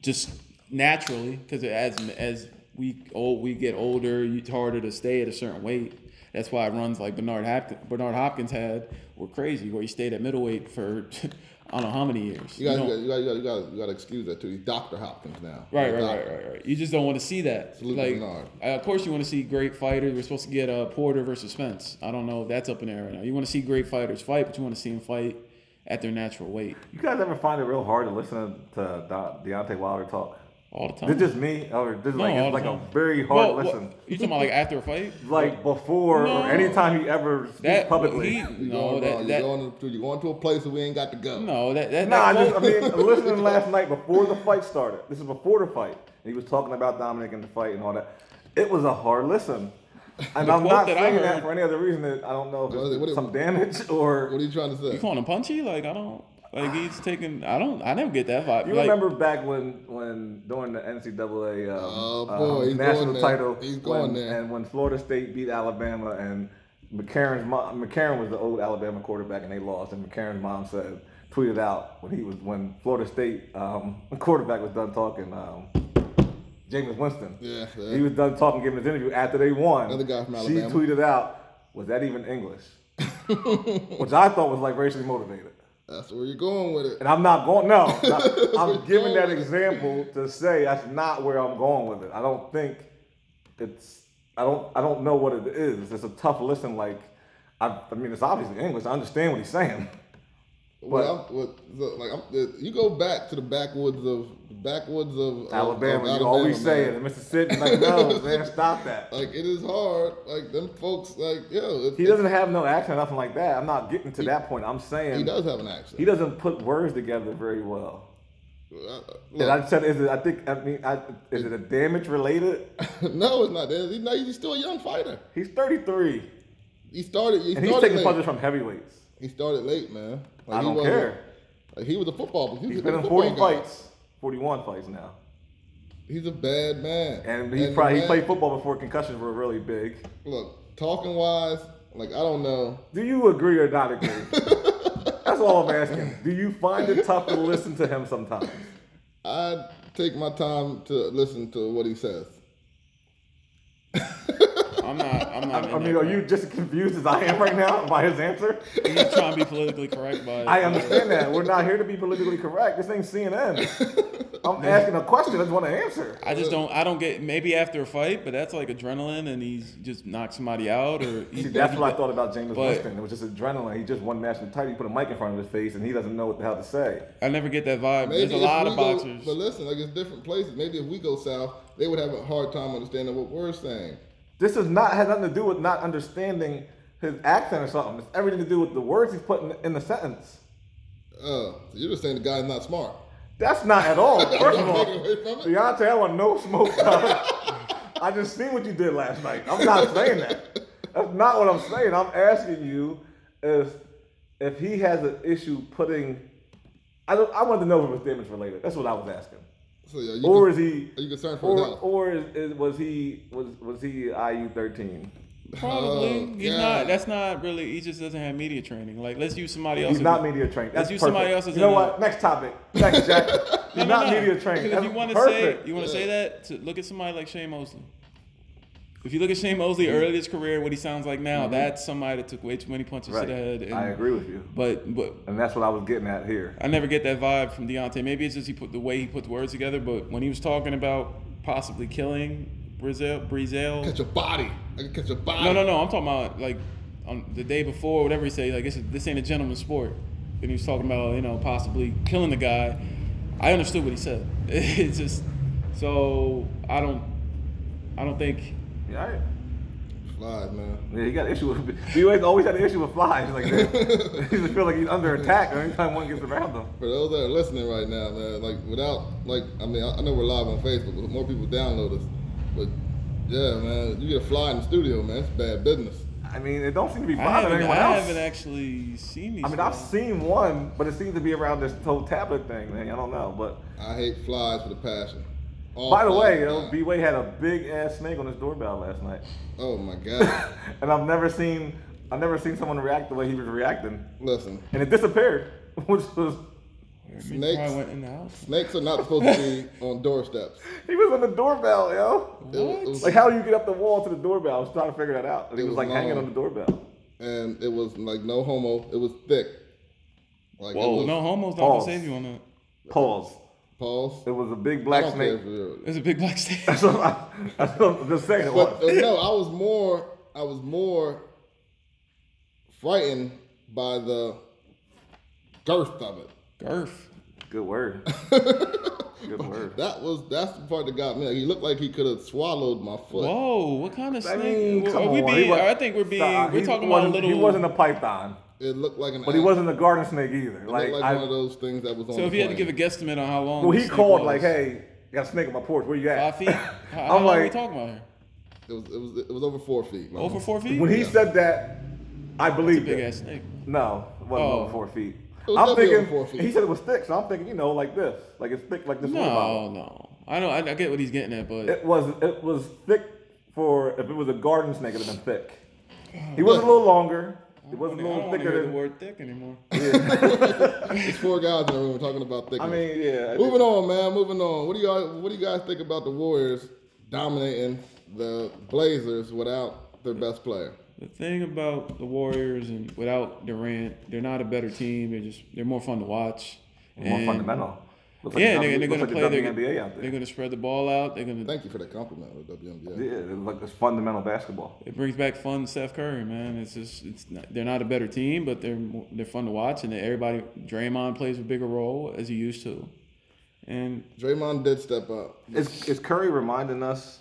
S2: Just naturally, because as as we old we get older, you- it's harder to stay at a certain weight. That's why runs like Bernard Hopkins, Bernard Hopkins had were crazy, where he stayed at middleweight for [laughs] I don't know how many years.
S1: You gotta,
S2: don't-
S1: you, gotta, you, gotta, you, gotta, you gotta excuse that too. He's Doctor Hopkins now.
S2: Right,
S1: He's
S2: right,
S1: Doc-
S2: right, right, right. You just don't want to see that.
S1: Salute
S2: like,
S1: Bernard.
S2: uh, of course, you want to see great fighters. We're supposed to get uh, Porter versus Spence. I don't know. if That's up in the air right now. You want to see great fighters fight, but you want to see them fight at their natural weight
S3: You guys ever find it real hard to listen to De- Deontay Wilder talk?
S2: all the time.
S3: Is it just me, or this is like
S2: all
S3: it's
S2: the
S3: like a
S2: time.
S3: very hard
S2: Well, well,
S3: listen?
S2: You talking about like after a
S3: [laughs]
S2: fight?
S3: Like before
S2: No.
S3: or anytime he ever speaks
S2: That
S3: publicly.
S2: he-
S1: You're
S2: no,
S1: going wrong.
S2: that,
S1: you're,
S2: that
S1: going to, you're going to a place where we ain't got to go.
S2: no, that that.
S3: Nah, I
S2: that
S3: just, I
S2: quote- [laughs]
S3: mean, listening last night before the fight started. This is before the fight. And he was talking about Dominic and the fight and all that. It was a hard listen. And
S2: The
S3: I'm
S2: quote
S3: not
S2: that I
S3: saying that
S2: heard-
S3: for any other reason that I don't know if
S1: What is it-
S3: it's
S1: what is-
S3: some damage or.
S1: What are you trying to say?
S2: you calling him punchy? Like I don't. Like he's taking. I don't. I never get that vibe.
S3: you
S2: like,
S3: remember back when, when during the NCAA um,
S1: Oh,
S3: um,
S1: boy, he's
S3: national
S1: going there.
S3: title,
S1: He's
S3: when-
S1: going there.
S3: and when Florida State beat Alabama, and McCarron's mom, McCarron was the old Alabama quarterback, and they lost. And McCarron's mom said, tweeted out when he was when Florida State um, [laughs] quarterback was done talking. Um, Jameis Winston.
S1: Yeah, yeah.
S3: He was done talking, giving his interview after they won.
S1: Another guy from
S3: She
S1: Alabama.
S3: tweeted out, "Was that even
S1: [laughs]
S3: English?" Which I thought was like racially motivated.
S1: That's where you're going with it.
S3: And I'm not going.
S1: [laughs]
S3: No, not- I'm giving that example to say that's not where I'm going with it. I don't think it's. I don't. I don't know what it
S1: Oh,
S3: is. It's a tough listen. Like, I, I mean, it's obviously English. I understand what he's saying.
S1: What I'm, what, so, like I'm, uh, you go back to the backwoods of backwoods of of-
S3: Alabama,
S1: of
S3: you always
S1: oh, Alabama,
S3: say
S1: man.
S3: it. And Mississippi, like,
S1: [laughs]
S3: no, man, stop that.
S1: Like it is hard. Like them folks, like yo, it,
S3: He doesn't have no accent, nothing like that. I'm not getting to that point. I'm saying
S1: He does have an accent.
S3: he doesn't put words together very well.
S1: Uh,
S3: And
S1: look, [laughs]
S3: I said, is it? I think. I mean, I, is it a damage related?
S1: no, it's not. that. He- No, he's still a young fighter.
S3: He's 33,
S1: He started. He
S3: and he's
S1: started
S3: taking
S1: late.
S3: punches from heavyweights.
S1: He started late, man. Like,
S3: I
S1: he
S3: don't
S1: wasn't-
S3: care.
S1: Like, he was a football. He was
S3: He's
S1: a
S3: been in
S1: football
S3: 40
S1: guy.
S3: fights, 41 fights now,
S1: He's a bad man.
S3: and he
S1: the
S3: probably he
S1: man-
S3: played football before concussions were really big.
S1: Look, talking wise, like I don't know.
S3: Do you agree or not
S1: [laughs]
S3: agree? That's all I'm asking. Do you find it tough to listen to him sometimes?
S1: I take my time to listen to what
S3: [laughs]
S1: he says.
S2: I'm not. I'm
S3: I,
S2: not. in
S3: [laughs] I mean,
S2: that
S3: are you
S2: crowd.
S3: just confused as I am right now by his answer?
S2: I'm just trying to be politically correct by it.
S3: I understand that. We're not here to be politically correct. This ain't CNN. I'm asking a question. I just want to answer.
S2: I just don't. I don't get. Maybe after a fight, but that's like adrenaline, and he's just knocked somebody out, or he-
S3: See, that's what I thought about James
S2: But-
S3: Winston. It was just adrenaline. He just won national title. You put a mic in front of his face, and he doesn't know what the hell to say.
S2: I never get that vibe.
S1: Maybe
S2: There's a
S1: if
S2: lot
S1: we
S2: of
S1: go-
S2: boxers.
S1: but listen, like it's different places. Maybe if we go south, they would have a hard time understanding what we're saying.
S3: This is not has nothing to do with not understanding his accent or something. It's everything to do with the words he's putting in the sentence.
S1: Uh, so you're just saying the guy's not smart.
S3: That's not at
S1: [laughs]
S3: all. First of
S1: Don't
S3: all,
S1: take it away from it.
S3: Deontay, I want no smoke. dog. I just seen what you did last night. I'm not saying that. That's not what I'm saying. I'm asking you if if he has an issue putting. I don't. I wanted to know if it was damage related. That's what I was asking.
S1: So yeah, you
S3: Or
S1: can-
S3: is he?
S1: Are you concerned for
S3: Or
S1: his health?
S3: or is, is, was he was was he IU thirteen?
S2: Probably.
S1: Oh,
S2: he's
S1: God.
S2: not. That's not really. He just doesn't have media training. Like, let's use somebody else.
S3: He's
S2: who-
S3: not media trained. That's
S2: Let's use
S3: perfect.
S2: somebody else's.
S3: You know
S2: in
S3: what?
S2: there.
S3: Next topic.
S2: [laughs]
S3: Thanks, Jack. He's
S2: No, no,
S3: not
S2: no.
S3: media trained.
S2: Because if
S3: That's
S2: you want to say,
S3: perfect.
S2: you want to say
S1: Yeah.
S2: that, to look at somebody like Shane Mosley. If you look at Shane Mosley early in his career, what he sounds like now, that's somebody that took way too many punches to
S3: Mm-hmm. Right.
S2: the head. And,
S3: I agree with you,
S2: But but
S3: and that's what I was getting at here.
S2: I never get that vibe from Deontay. Maybe it's just he put the way he put the words together. But when he was talking about possibly killing Brazil, Brazil,
S1: Catch a body. I can catch a body.
S2: no, no, no. I'm talking about like on the day before, whatever he said. Like this, this ain't a gentleman's sport. And he was talking about you know possibly killing the guy. I understood what he said. [laughs] It's just so I don't, I don't think.
S3: You all right?
S1: Flies, man.
S3: Yeah, he got an issue with. [laughs] He always always had an issue with flies like that. [laughs] he just feel like he's under attack anytime one gets around him.
S1: For those that are listening right now, man, like without, like, I mean, I, I know we're live on Facebook, but more people download us. But yeah, man, you get a fly in the studio, man. It's bad business.
S3: I mean, it don't seem to be
S2: I
S3: bothering
S2: haven't, I
S3: anyone else.
S2: haven't actually seen these.
S3: I mean, I've
S2: guys.
S3: seen one, but it seems to be around this whole tablet thing. Man, I don't know, but.
S1: I hate flies with a passion. All
S3: By the
S1: flies
S3: way,
S1: are
S3: you know,
S1: bad.
S3: B Way had a big ass snake on his doorbell last night,
S1: Oh my
S3: [laughs]
S1: god.
S3: and I've never seen I've never seen someone react the way he was reacting,
S1: Listen,
S3: and it disappeared, [laughs] which was
S2: He
S1: snakes-
S2: probably went in the house.
S1: snakes are not supposed to be on doorsteps.
S3: he was on the doorbell, yo.
S1: It was- it
S2: What?
S1: was-
S3: Like, how do you get up the wall to the doorbell? I was trying to figure that out. And he
S1: It
S3: was
S1: was
S3: like hanging
S1: long.
S3: on the doorbell.
S1: and it was like no homo. It was thick. Like it
S2: Whoa,
S1: was,
S2: no homo's not gonna
S3: Pause.
S2: save you on that.
S3: Pause.
S1: Pause.
S3: It was a big
S1: I
S3: black
S1: don't care
S3: snake. [laughs]
S1: if you're-
S2: There's a big black [laughs] snake.
S3: That's what I, that's what I'm just saying. It
S1: But uh,
S3: was.
S1: no, I was more I was more frightened by the girth of it.
S2: Girth.
S3: Good word. Good word.
S1: That was that's the part that got me. Like, he looked like he could have swallowed my foot.
S2: Whoa, what kind of
S3: I
S2: snake?
S3: mean,
S2: are
S3: come
S2: we
S3: on. He
S2: being?
S3: wa-
S2: I think we're being.
S3: Nah,
S2: we're
S3: he
S2: talking about a
S3: wasn't-
S2: little.
S3: He wasn't a python,
S1: It looked like an
S3: but he
S1: ass.
S3: wasn't a garden snake either.
S1: It
S3: Like,
S1: looked like
S3: I,
S1: one of those things that was on.
S2: so
S1: the
S2: if you had to give
S1: plane.
S2: a guesstimate on how long.
S3: Well,
S2: the
S3: he
S2: snake
S3: called
S2: was,
S3: like, "Hey, got a snake on my porch. Where you at?"
S2: five
S3: [laughs]
S2: feet. How, how
S3: I'm
S2: long are we
S3: like-
S2: talking about here?
S1: it was it was it was over four feet. man.
S2: Over four feet.
S3: When he said that, I believed
S2: big
S3: it.
S2: ass snake.
S3: No, it wasn't
S2: Oh.
S3: over four feet. I'm
S1: was definitely
S3: thinking
S1: over four feet.
S3: he said it was thick, so I'm thinking you know like this, like it's thick like this. water
S2: No,
S3: bottle.
S2: no. I know. I, I get what he's getting at, but
S3: it was it was thick for if it was a garden snake, it'd have been thick. He was a little longer. It
S2: Oh, I
S3: was a
S2: don't
S3: little
S2: want to hear
S3: thicker
S2: the
S3: than.
S2: word thick anymore.
S1: There's four guys in the room talking about thickness.
S3: I mean, yeah.
S1: moving on, man. Moving on. What do y'all What do you guys think about the Warriors dominating the Blazers without their best player?
S2: The thing about the Warriors and without Durant, they're not a better team. They're just they're more fun to watch.
S3: More
S2: And
S3: fundamental. Looks
S2: Yeah,
S3: like
S2: and they're, they're
S3: a dummy-
S2: going to
S3: looks
S2: play.
S3: like a
S2: They're,
S3: dummy NBA out
S2: they're
S3: there.
S2: going to spread the ball out. They're going to.
S1: Thank you for that compliment with WNBA.
S3: Yeah, it look- it's fundamental basketball.
S2: It brings back fun, Steph Curry, man. It's just it's not, they're not a better team, but they're mo- they're fun to watch, and everybody Draymond plays a bigger role as he used to, and
S1: Draymond did step up.
S3: Is, is Curry reminding us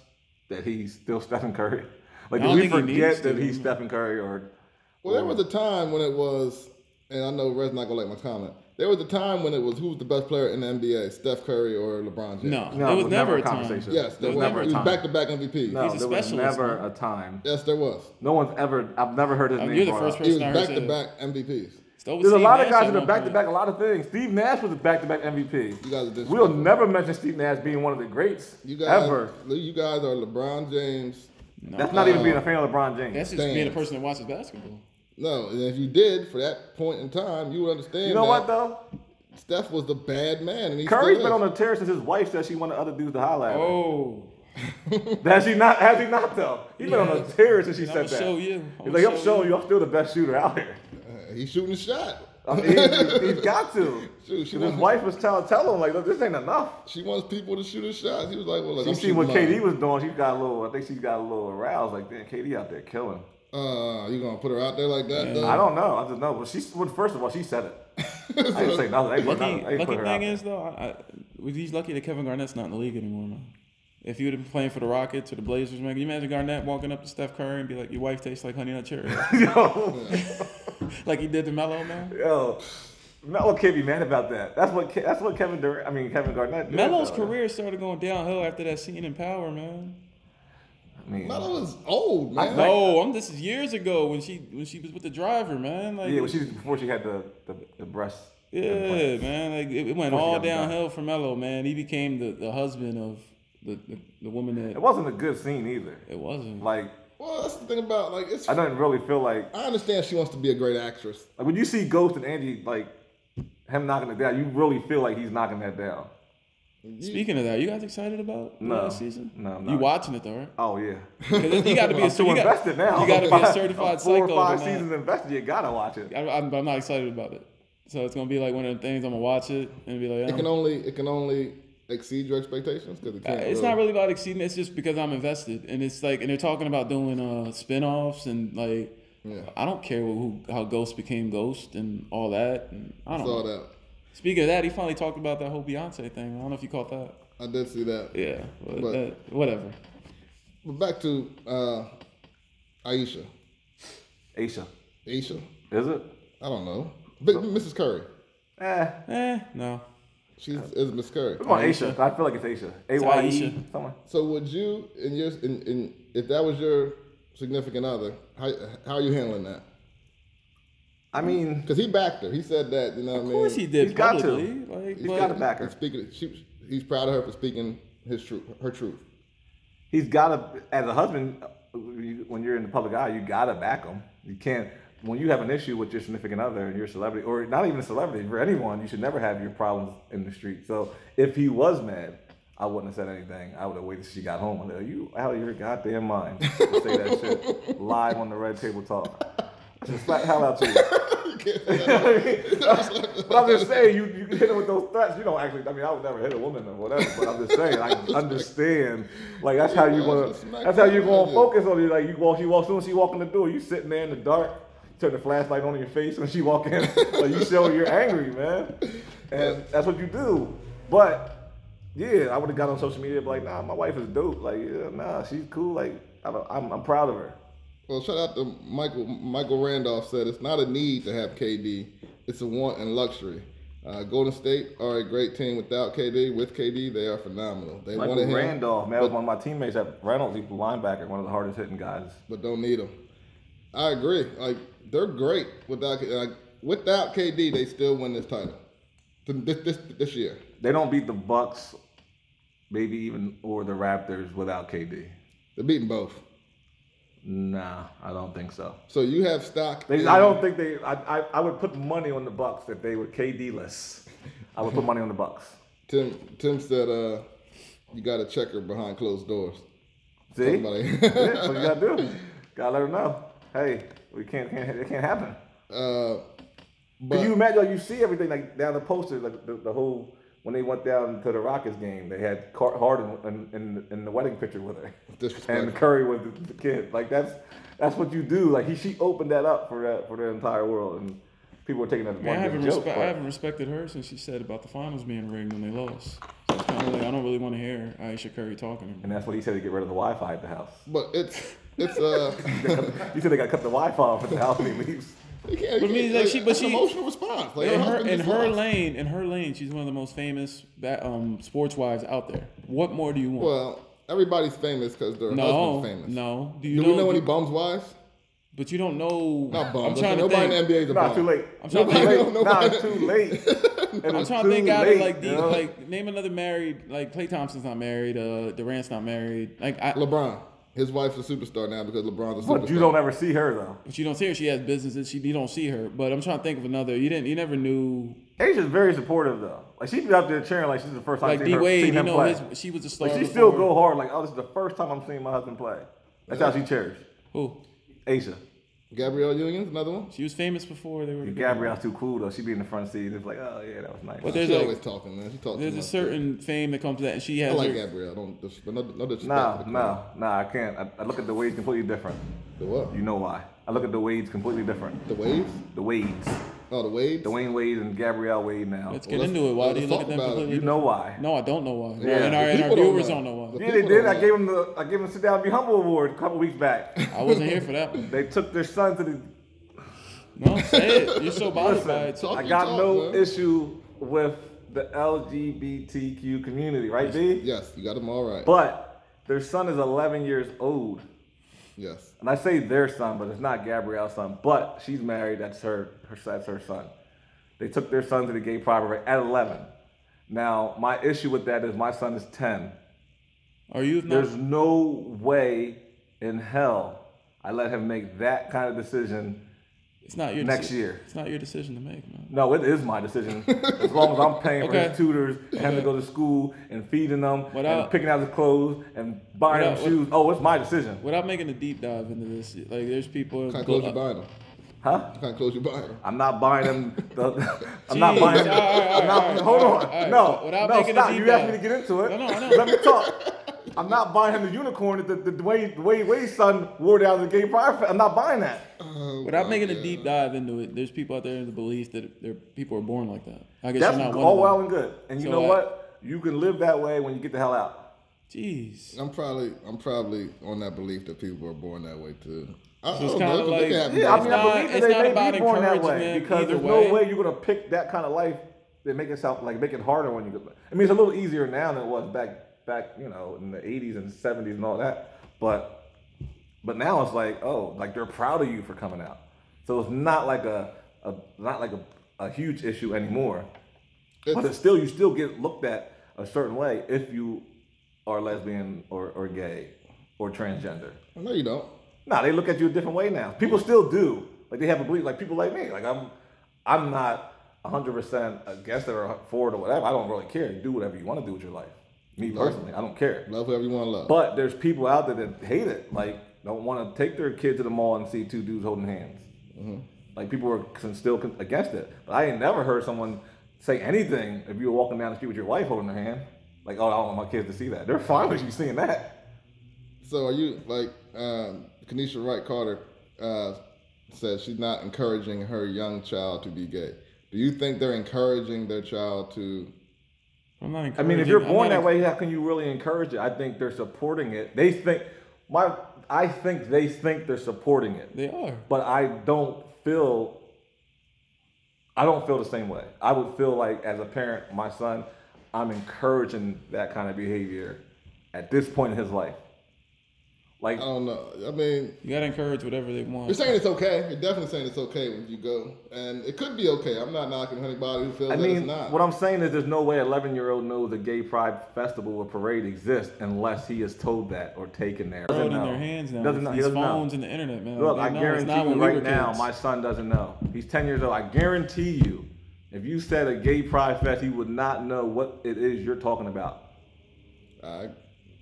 S3: that he's still Stephen Curry? Like,
S2: I
S3: do
S2: don't
S3: we
S2: think he needs
S3: forget
S2: to.
S3: that he's Stephen Curry or
S1: Well, there was a time when it was, and I know Red's not gonna like my comment. There was a time when it was who was the best player in the NBA, Steph Curry or LeBron James.
S2: no,
S3: No,
S2: there
S3: it
S2: was never a time.
S3: conversation.
S1: Yes, there,
S2: There
S1: was.
S2: was never a
S1: he was
S2: time.
S1: back-to-back MVP.
S3: No,
S2: a
S3: there was
S2: specialist,
S3: never
S2: man.
S3: a time.
S1: Yes, there was.
S3: No one's ever. I've never heard his
S2: Uh,
S3: name.
S2: you're the
S3: brought
S2: first
S3: up.
S1: He was
S2: Stars did.
S1: back-to-ck MVPs.
S3: There's a lot of guys that are back to back. A lot of things. Steve Nash was a back to back MVP.
S1: You guys are disrespectful.
S3: We'll never mention Steve Nash being one of the greats
S1: You guys,
S3: ever.
S1: you guys are LeBron James.
S3: That's not even being a fan of LeBron James.
S2: That's just being a
S1: Stands.
S2: person that watches basketball.
S1: No, and if you did for that point in time, you would understand.
S3: you know what
S1: that
S3: though?
S1: Steph was the bad man, and he
S3: Curry's
S1: still
S3: been on
S1: is.
S3: the tear since his wife said she wanted other dudes to holler at him.
S2: Oh,
S1: [laughs]
S3: Has he not? Has he not though? He's been on the tear since she
S2: I'ma
S3: said that.
S2: show you.
S3: He's
S2: I'ma
S3: like, I'm
S2: show
S3: showing you. I'm still the best shooter out
S1: [laughs]
S3: here.
S1: He's shooting a shot.
S3: I mean, he, he's got to.
S1: Shoot, she
S3: 'Cause his
S1: wasn't-
S3: wife was telling tell him like, look, this ain't enough.
S1: She wants people to shoot a shot. He was like, "Well, look,
S3: You
S1: I'm
S3: see what
S1: shooting
S3: KD was doing? She got a little. I think she got a little aroused. Like, damn, KD out there killing.
S1: low." Uh, you gonna put her out there like that? though?
S3: I don't know. I just know. But she. Well, first of all, she said it. I
S1: [laughs]
S3: didn't say nothing. I ain't
S2: lucky,
S3: put nothing- I ain't
S2: lucky
S3: put her out
S2: thing
S3: there.
S2: is though, I, I, was he's lucky that Kevin Garnett's not in the league anymore, man. If you would have been playing for the Rockets or the Blazers, man, can you imagine Garnett walking up to Steph Curry and be like, "Your wife tastes like Honey Nut Cheerios," [laughs]
S3: [laughs] Yo,
S2: like he did to Melo, man?
S3: yo, Melo can't be mad about that. That's what. Ke- That's what Kevin Durant. I mean, Kevin Garnett. did,
S2: Melo's
S3: though.
S2: career started going downhill after that scene in Power, man.
S3: I mean,
S1: Melo is old, man.
S3: uh,
S2: No, I'm, this is years ago when she when she was with the driver, man. Like,
S3: yeah, well, she before she had the the, the breast.
S2: yeah, man. Like it, it went
S3: Before she
S2: all
S3: got the guy.
S2: downhill for Melo, man. He became the, the husband of the, the, the woman
S3: It
S2: that
S3: wasn't a good scene either.
S2: it wasn't.
S3: Like,
S1: Well, that's the thing about like it's.
S3: I don't really feel like
S1: I understand she wants to be a great actress.
S3: Like when you see Ghost and Andy, like him knocking it down, you really feel like he's knocking that down.
S2: Speaking of that, you guys excited about the
S3: No.
S2: last season?
S3: No, I'm
S2: You
S3: not.
S2: watching it though, right?
S3: Oh yeah,
S2: 'Cause You got to be a,
S3: [laughs] I'm
S2: so
S3: so
S2: you got,
S3: invested now.
S2: You got to be a
S3: Five-
S2: certified
S3: [laughs] Four
S2: psycho.
S3: or five
S2: to not-
S3: seasons invested, you gotta watch it.
S2: I, I'm, I'm not excited about it. So it's gonna be like one of the things I'm gonna watch it and be like,
S1: It
S2: "Oh."
S1: can only it can only exceed your expectations because it
S2: Uh,
S1: can't.
S2: it's not really about exceeding. It's just because I'm invested, and it's like, and they're talking about doing uh spin-offs and like,
S1: Yeah.
S2: I don't care who how Ghost became Ghost and all that. And I don't.
S1: I saw
S2: know.
S1: that.
S2: Speaking of that, he finally talked about that whole Beyonce thing. I don't know if you caught that.
S1: I did see that.
S2: Yeah, but,
S1: But-
S2: that- whatever.
S1: But back to uh, Aisha.
S3: Aisha,
S1: Aisha.
S3: is it?
S1: I don't know. But Mrs. Curry.
S3: Eh,
S2: Eh, no.
S1: She's is Miss Curry.
S3: come on, Aisha. I feel like it's Aisha. A Y E.
S2: Aisha.
S3: Someone.
S1: So would you in your in, in if that was your significant other, how how are you handling that?
S3: I mean,
S1: Because he backed her. He said that. You know what I
S2: Of
S1: mean?
S2: course he did.
S3: he's got to.
S2: publicly. Like,
S3: he's
S2: but-
S3: got to back her.
S1: Speaking, she, he's proud of her for speaking his truth, her truth.
S3: He's gotta, as a husband, you- when you're in the public eye, you gotta back him. You can't. When you have an issue with your significant other and your celebrity, or not even a celebrity, for anyone, you should never have your problems in the street. So if he was mad, I wouldn't have said anything. I would have waited till she got home. I'm like, Are you out of your goddamn mind to say that
S2: [laughs]
S3: shit live on the red table talk? Just slap the hell out you. but I'm just saying, you, you hit her with those threats. You don't actually. I mean, I would never hit a woman or whatever. But I'm just saying, I understand. Like that's how you gonna. That's how you gonna focus on it. Like you walk, she walks soon. as She walk in the door. You sitting there in the dark. Turn the flashlight on in your face when she walk in. [laughs] like you show you're angry, man. And that's what you do. But yeah, I would have got on social media and be like, nah, my wife is dope. Like yeah, nah, she's cool. Like I don't, I'm, I'm proud of her.
S1: Well, shout out to Michael. Michael Randolph said it's not a need to have KD; it's a want and luxury. Uh, Golden State are a great team without KD. With KD, they are phenomenal. They
S3: Michael
S1: wanted him,
S3: Randolph, man, was one of my teammates at Reynolds, he's a linebacker, one of the hardest hitting guys.
S1: but don't need him. I agree. Like they're great without K- like, without KD, they still win this title Th- this this, this year.
S3: They don't beat the Bucks, maybe even or the Raptors without KD.
S1: They're beating both.
S3: Nah, I don't think so.
S1: So you have stock.
S3: They,
S1: in-
S3: I don't think they. I, I I would put money on the Bucks if they were KD less. I would put money on the Bucks.
S1: Tim Tim said uh, you got to check her behind closed doors.
S3: See,
S1: Somebody-
S3: yeah, that's what you gotta do. Gotta let her know. Hey, we can't. can't it can't happen.
S1: Uh,
S3: But
S1: but
S3: you imagine like, you see everything like down the poster, like the, the whole when they went down to the Rockets game, they had Car- Harden in, in, in the wedding picture with her, [laughs] and
S1: Disrespectful.
S3: Curry was the, the kid. Like that's that's what you do. Like he she opened that up for that for the entire world, and people were taking that as
S2: Man,
S3: one
S2: I
S3: big
S2: haven't,
S3: joke.
S2: respe-
S3: but-
S2: I haven't respected her since she said about the finals being rigged when they lost. So it's kinda like, I don't really want to hear Aisha Curry talking. to me.
S3: and that's what he said to get rid of the Wi-Fi at the house. [laughs]
S1: But it's it's uh. [laughs]
S3: he said they got to cut the Wi-Fi off at the house when he leaves.
S1: you can't-
S2: But I mean,
S1: you-
S2: like, she- but
S1: that's an
S2: she-
S1: emotional response. Like
S2: in her
S1: husband
S2: in
S1: just
S2: her
S1: lost.
S2: lane, in her lane, she's one of the most famous ba- um, sports wives out there. What more do you want?
S1: Well, everybody's famous because their
S2: no,
S1: husband's famous.
S2: no. Do you
S1: Do
S2: know,
S1: we know any
S2: do-
S1: bums' wives?
S2: But you don't know.
S1: Not bums.
S2: I'm trying to
S1: nobody
S2: think.
S1: in the NBA is a
S3: Nah,
S1: bum.
S3: it's too
S1: [laughs]
S3: late.
S2: [laughs] I'm trying
S3: Nah, it's
S2: to [laughs] think.
S3: too late.
S1: Nobody-
S3: Nah, it's
S2: [laughs]
S3: too
S1: [laughs]
S3: late. And
S2: I'm
S3: it's
S2: trying to think
S3: too
S2: out of
S3: late,
S2: like these,
S3: you know?
S2: like name another married like Clay Thompson's not married, uh Durant's not married. Like I,
S1: [laughs] LeBron. His wife's a superstar now because LeBron's a superstar.
S3: But you don't ever see her though.
S2: but you don't see her. She has businesses. She you don't see her. But I'm trying to think of another. You didn't. You never knew.
S3: Asia's very supportive though. Like she'd be out there cheering like she's the first time
S2: Like
S3: seen
S2: D
S3: her-
S2: Wade,
S3: seen
S2: you
S3: him
S2: know,
S3: play.
S2: his, she was a star.
S3: like she still
S2: before.
S3: go hard. Like oh, this is the first time I'm seeing my husband play. That's how she cheers.
S2: Who?
S3: Asia.
S1: Gabrielle Union's another one.
S2: She was famous before they were. together.
S3: Gabrielle's too cool though. She'd be in the front seat. It's like oh yeah, that was nice.
S2: But
S1: She's
S2: there's
S1: always
S2: like
S1: talking, man. She talks too
S2: there's a
S1: much.
S2: certain fame that comes to that, and she
S1: I
S2: has.
S1: like
S2: her,
S1: Gabrielle. Don't dis- but no, no disrespect.
S3: No,
S1: to the
S3: no, no, I can't. I, I look at the waves completely different.
S1: The what?
S3: You know why? I look at the waves completely different.
S1: The waves?
S3: The waves.
S1: Oh, the waves.
S3: Dwayne Wade and Gabrielle Wade now.
S2: Let's get
S1: let's-
S2: into it. Why
S1: let's
S2: do you look at
S1: talk
S2: them
S1: about it.
S2: completely?
S3: You know why?
S2: No, I don't know why. and
S3: Yeah.
S2: our,
S1: The
S2: and our
S1: people don't
S2: viewers
S1: know.
S2: don't know, why.
S3: Yeah,
S1: The-
S3: they
S1: People
S3: did.
S1: don't
S3: I gave him the I gave him the sit down be humble award a couple
S2: [laughs]
S3: weeks back.
S2: I wasn't here for that. One.
S3: they took their son to the
S2: No, say it. You're so bothered by
S3: Listen,
S2: it. So,
S1: Talk
S3: I
S1: your
S3: got
S1: talk,
S3: no
S1: man.
S3: issue with the LGBTQ community, right, B?
S1: Yes, you got them all right.
S3: But their son is 11 years old.
S1: yes.
S3: And I say their son, but it's not Gabrielle's son. But she's married. That's her. her that's her son. They took their son to the gay pride parade at 11. Now, my issue with that is my son is 10.
S2: are you not?
S3: There's no way in hell I let him make that kind of decision.
S2: It's not your
S3: next
S2: deci-
S3: year.
S2: It's not your decision to make, man.
S3: No, it is my decision. As long as I'm paying for
S2: Okay.
S3: his tutors and having to go to school and feeding them
S2: What
S3: and
S2: up?
S3: picking out his clothes and buying
S2: What
S3: them
S2: up? What-
S3: shoes. Oh, it's my decision.
S2: Without making a deep dive into this, like there's people.
S1: Can't close your buying them.
S3: Huh?
S1: Can't close your buying them.
S3: I'm not buying them. The, [laughs] I'm not
S2: Jeez,
S3: buying.
S2: all right, all
S3: I'm not,
S2: right,
S3: hold
S2: all
S3: on.
S2: right, all right.
S3: No,
S2: Without
S3: no,
S2: making a
S3: stop.
S2: deep
S3: You asked me to
S2: dive.
S3: get into it.
S2: No, no, I know.
S3: Let me talk. I'm not buying him the unicorn that the, the Dwayne, Dwayne Wade's son wore down the gay pride. fe- I'm not buying that.
S1: Um, uh,
S2: Without making a deep dive into it, there's people out there in the belief that their people are born like that. I guess
S3: That's
S2: you're not one.
S3: all
S2: of
S3: well
S2: them.
S3: and good. And you
S2: So
S3: know
S2: I-
S3: what? You can live that way when you get the hell out.
S2: Jeez.
S1: I'm probably I'm probably on that belief that people are born that way too. I,
S2: So it's
S1: I don't know.
S2: kinda
S1: They
S2: like-
S1: can have
S3: Yeah, I
S1: both.
S3: mean,
S2: not-
S3: I believe
S2: it's
S3: that
S2: not
S3: they may
S2: about
S3: be born that way
S2: encouragement
S3: because
S2: either
S3: there's
S2: way.
S3: no way you're gonna pick that kind of life that make it sound like make it harder when you. Go, I mean, it's a little easier now than it was back back you know in the 80s and 70s and all that, but but now it's like oh like they're proud of you for coming out, so it's not like a, a not like a, a huge issue anymore. But it's still you still get looked at a certain way if you are lesbian or, or gay or transgender.
S1: no, you don't.
S3: Nah, they look at you a different way now. People still do. Like they have a belief. Like people like me. Like I'm, I'm not 100 percent against it or for it or whatever. I don't really care. Do whatever you want to do with your life. Me personally, I don't care.
S1: Love whoever you want to love.
S3: But there's people out there that hate it. Like don't want to take their kid to the mall and see two dudes holding hands. Like people are con- still con- against it. But I ain't never heard someone say anything if you were walking down the street with your wife holding her hand. Like oh, I don't want my kids to see that. They're fine with you seeing that.
S1: So are you like um, Kenesha Wright Carter uh, says she's not encouraging her young child to be gay. Do you think they're encouraging their child to?
S2: I'm not
S3: I mean, if you're
S2: encouraging- I'm
S3: born
S2: not
S3: that way, how can you really encourage it? I think they're supporting it. They think my I think they think they're supporting it,
S2: They are.
S3: but I don't feel I don't feel the same way. I would feel like as a parent, my son, I'm encouraging that kind of behavior at this point in his life. Like
S1: I don't know. I mean,
S2: You gotta encourage whatever they want.
S1: you're saying it's okay. You're definitely saying it's okay when you go, and it could be okay. I'm not knocking anybody who feels
S3: I
S1: that
S3: mean,
S1: it's not.
S3: what I'm saying is there's no way 11 year old knows a gay pride festival or parade exists unless he is told that or taken there.
S2: They're
S3: Doesn't
S2: in
S3: know.
S2: their hands now.
S3: Doesn't know. He
S2: These
S3: doesn't know.
S2: phones and the internet, man.
S3: Look,
S2: They
S3: I
S2: know. It's
S3: guarantee
S2: not
S3: you
S2: when we
S3: right
S2: were
S3: now,
S2: kids.
S3: my son doesn't know. He's 10 years old. I guarantee you, if you said a gay pride fest, he would not know what it is you're talking about.
S1: I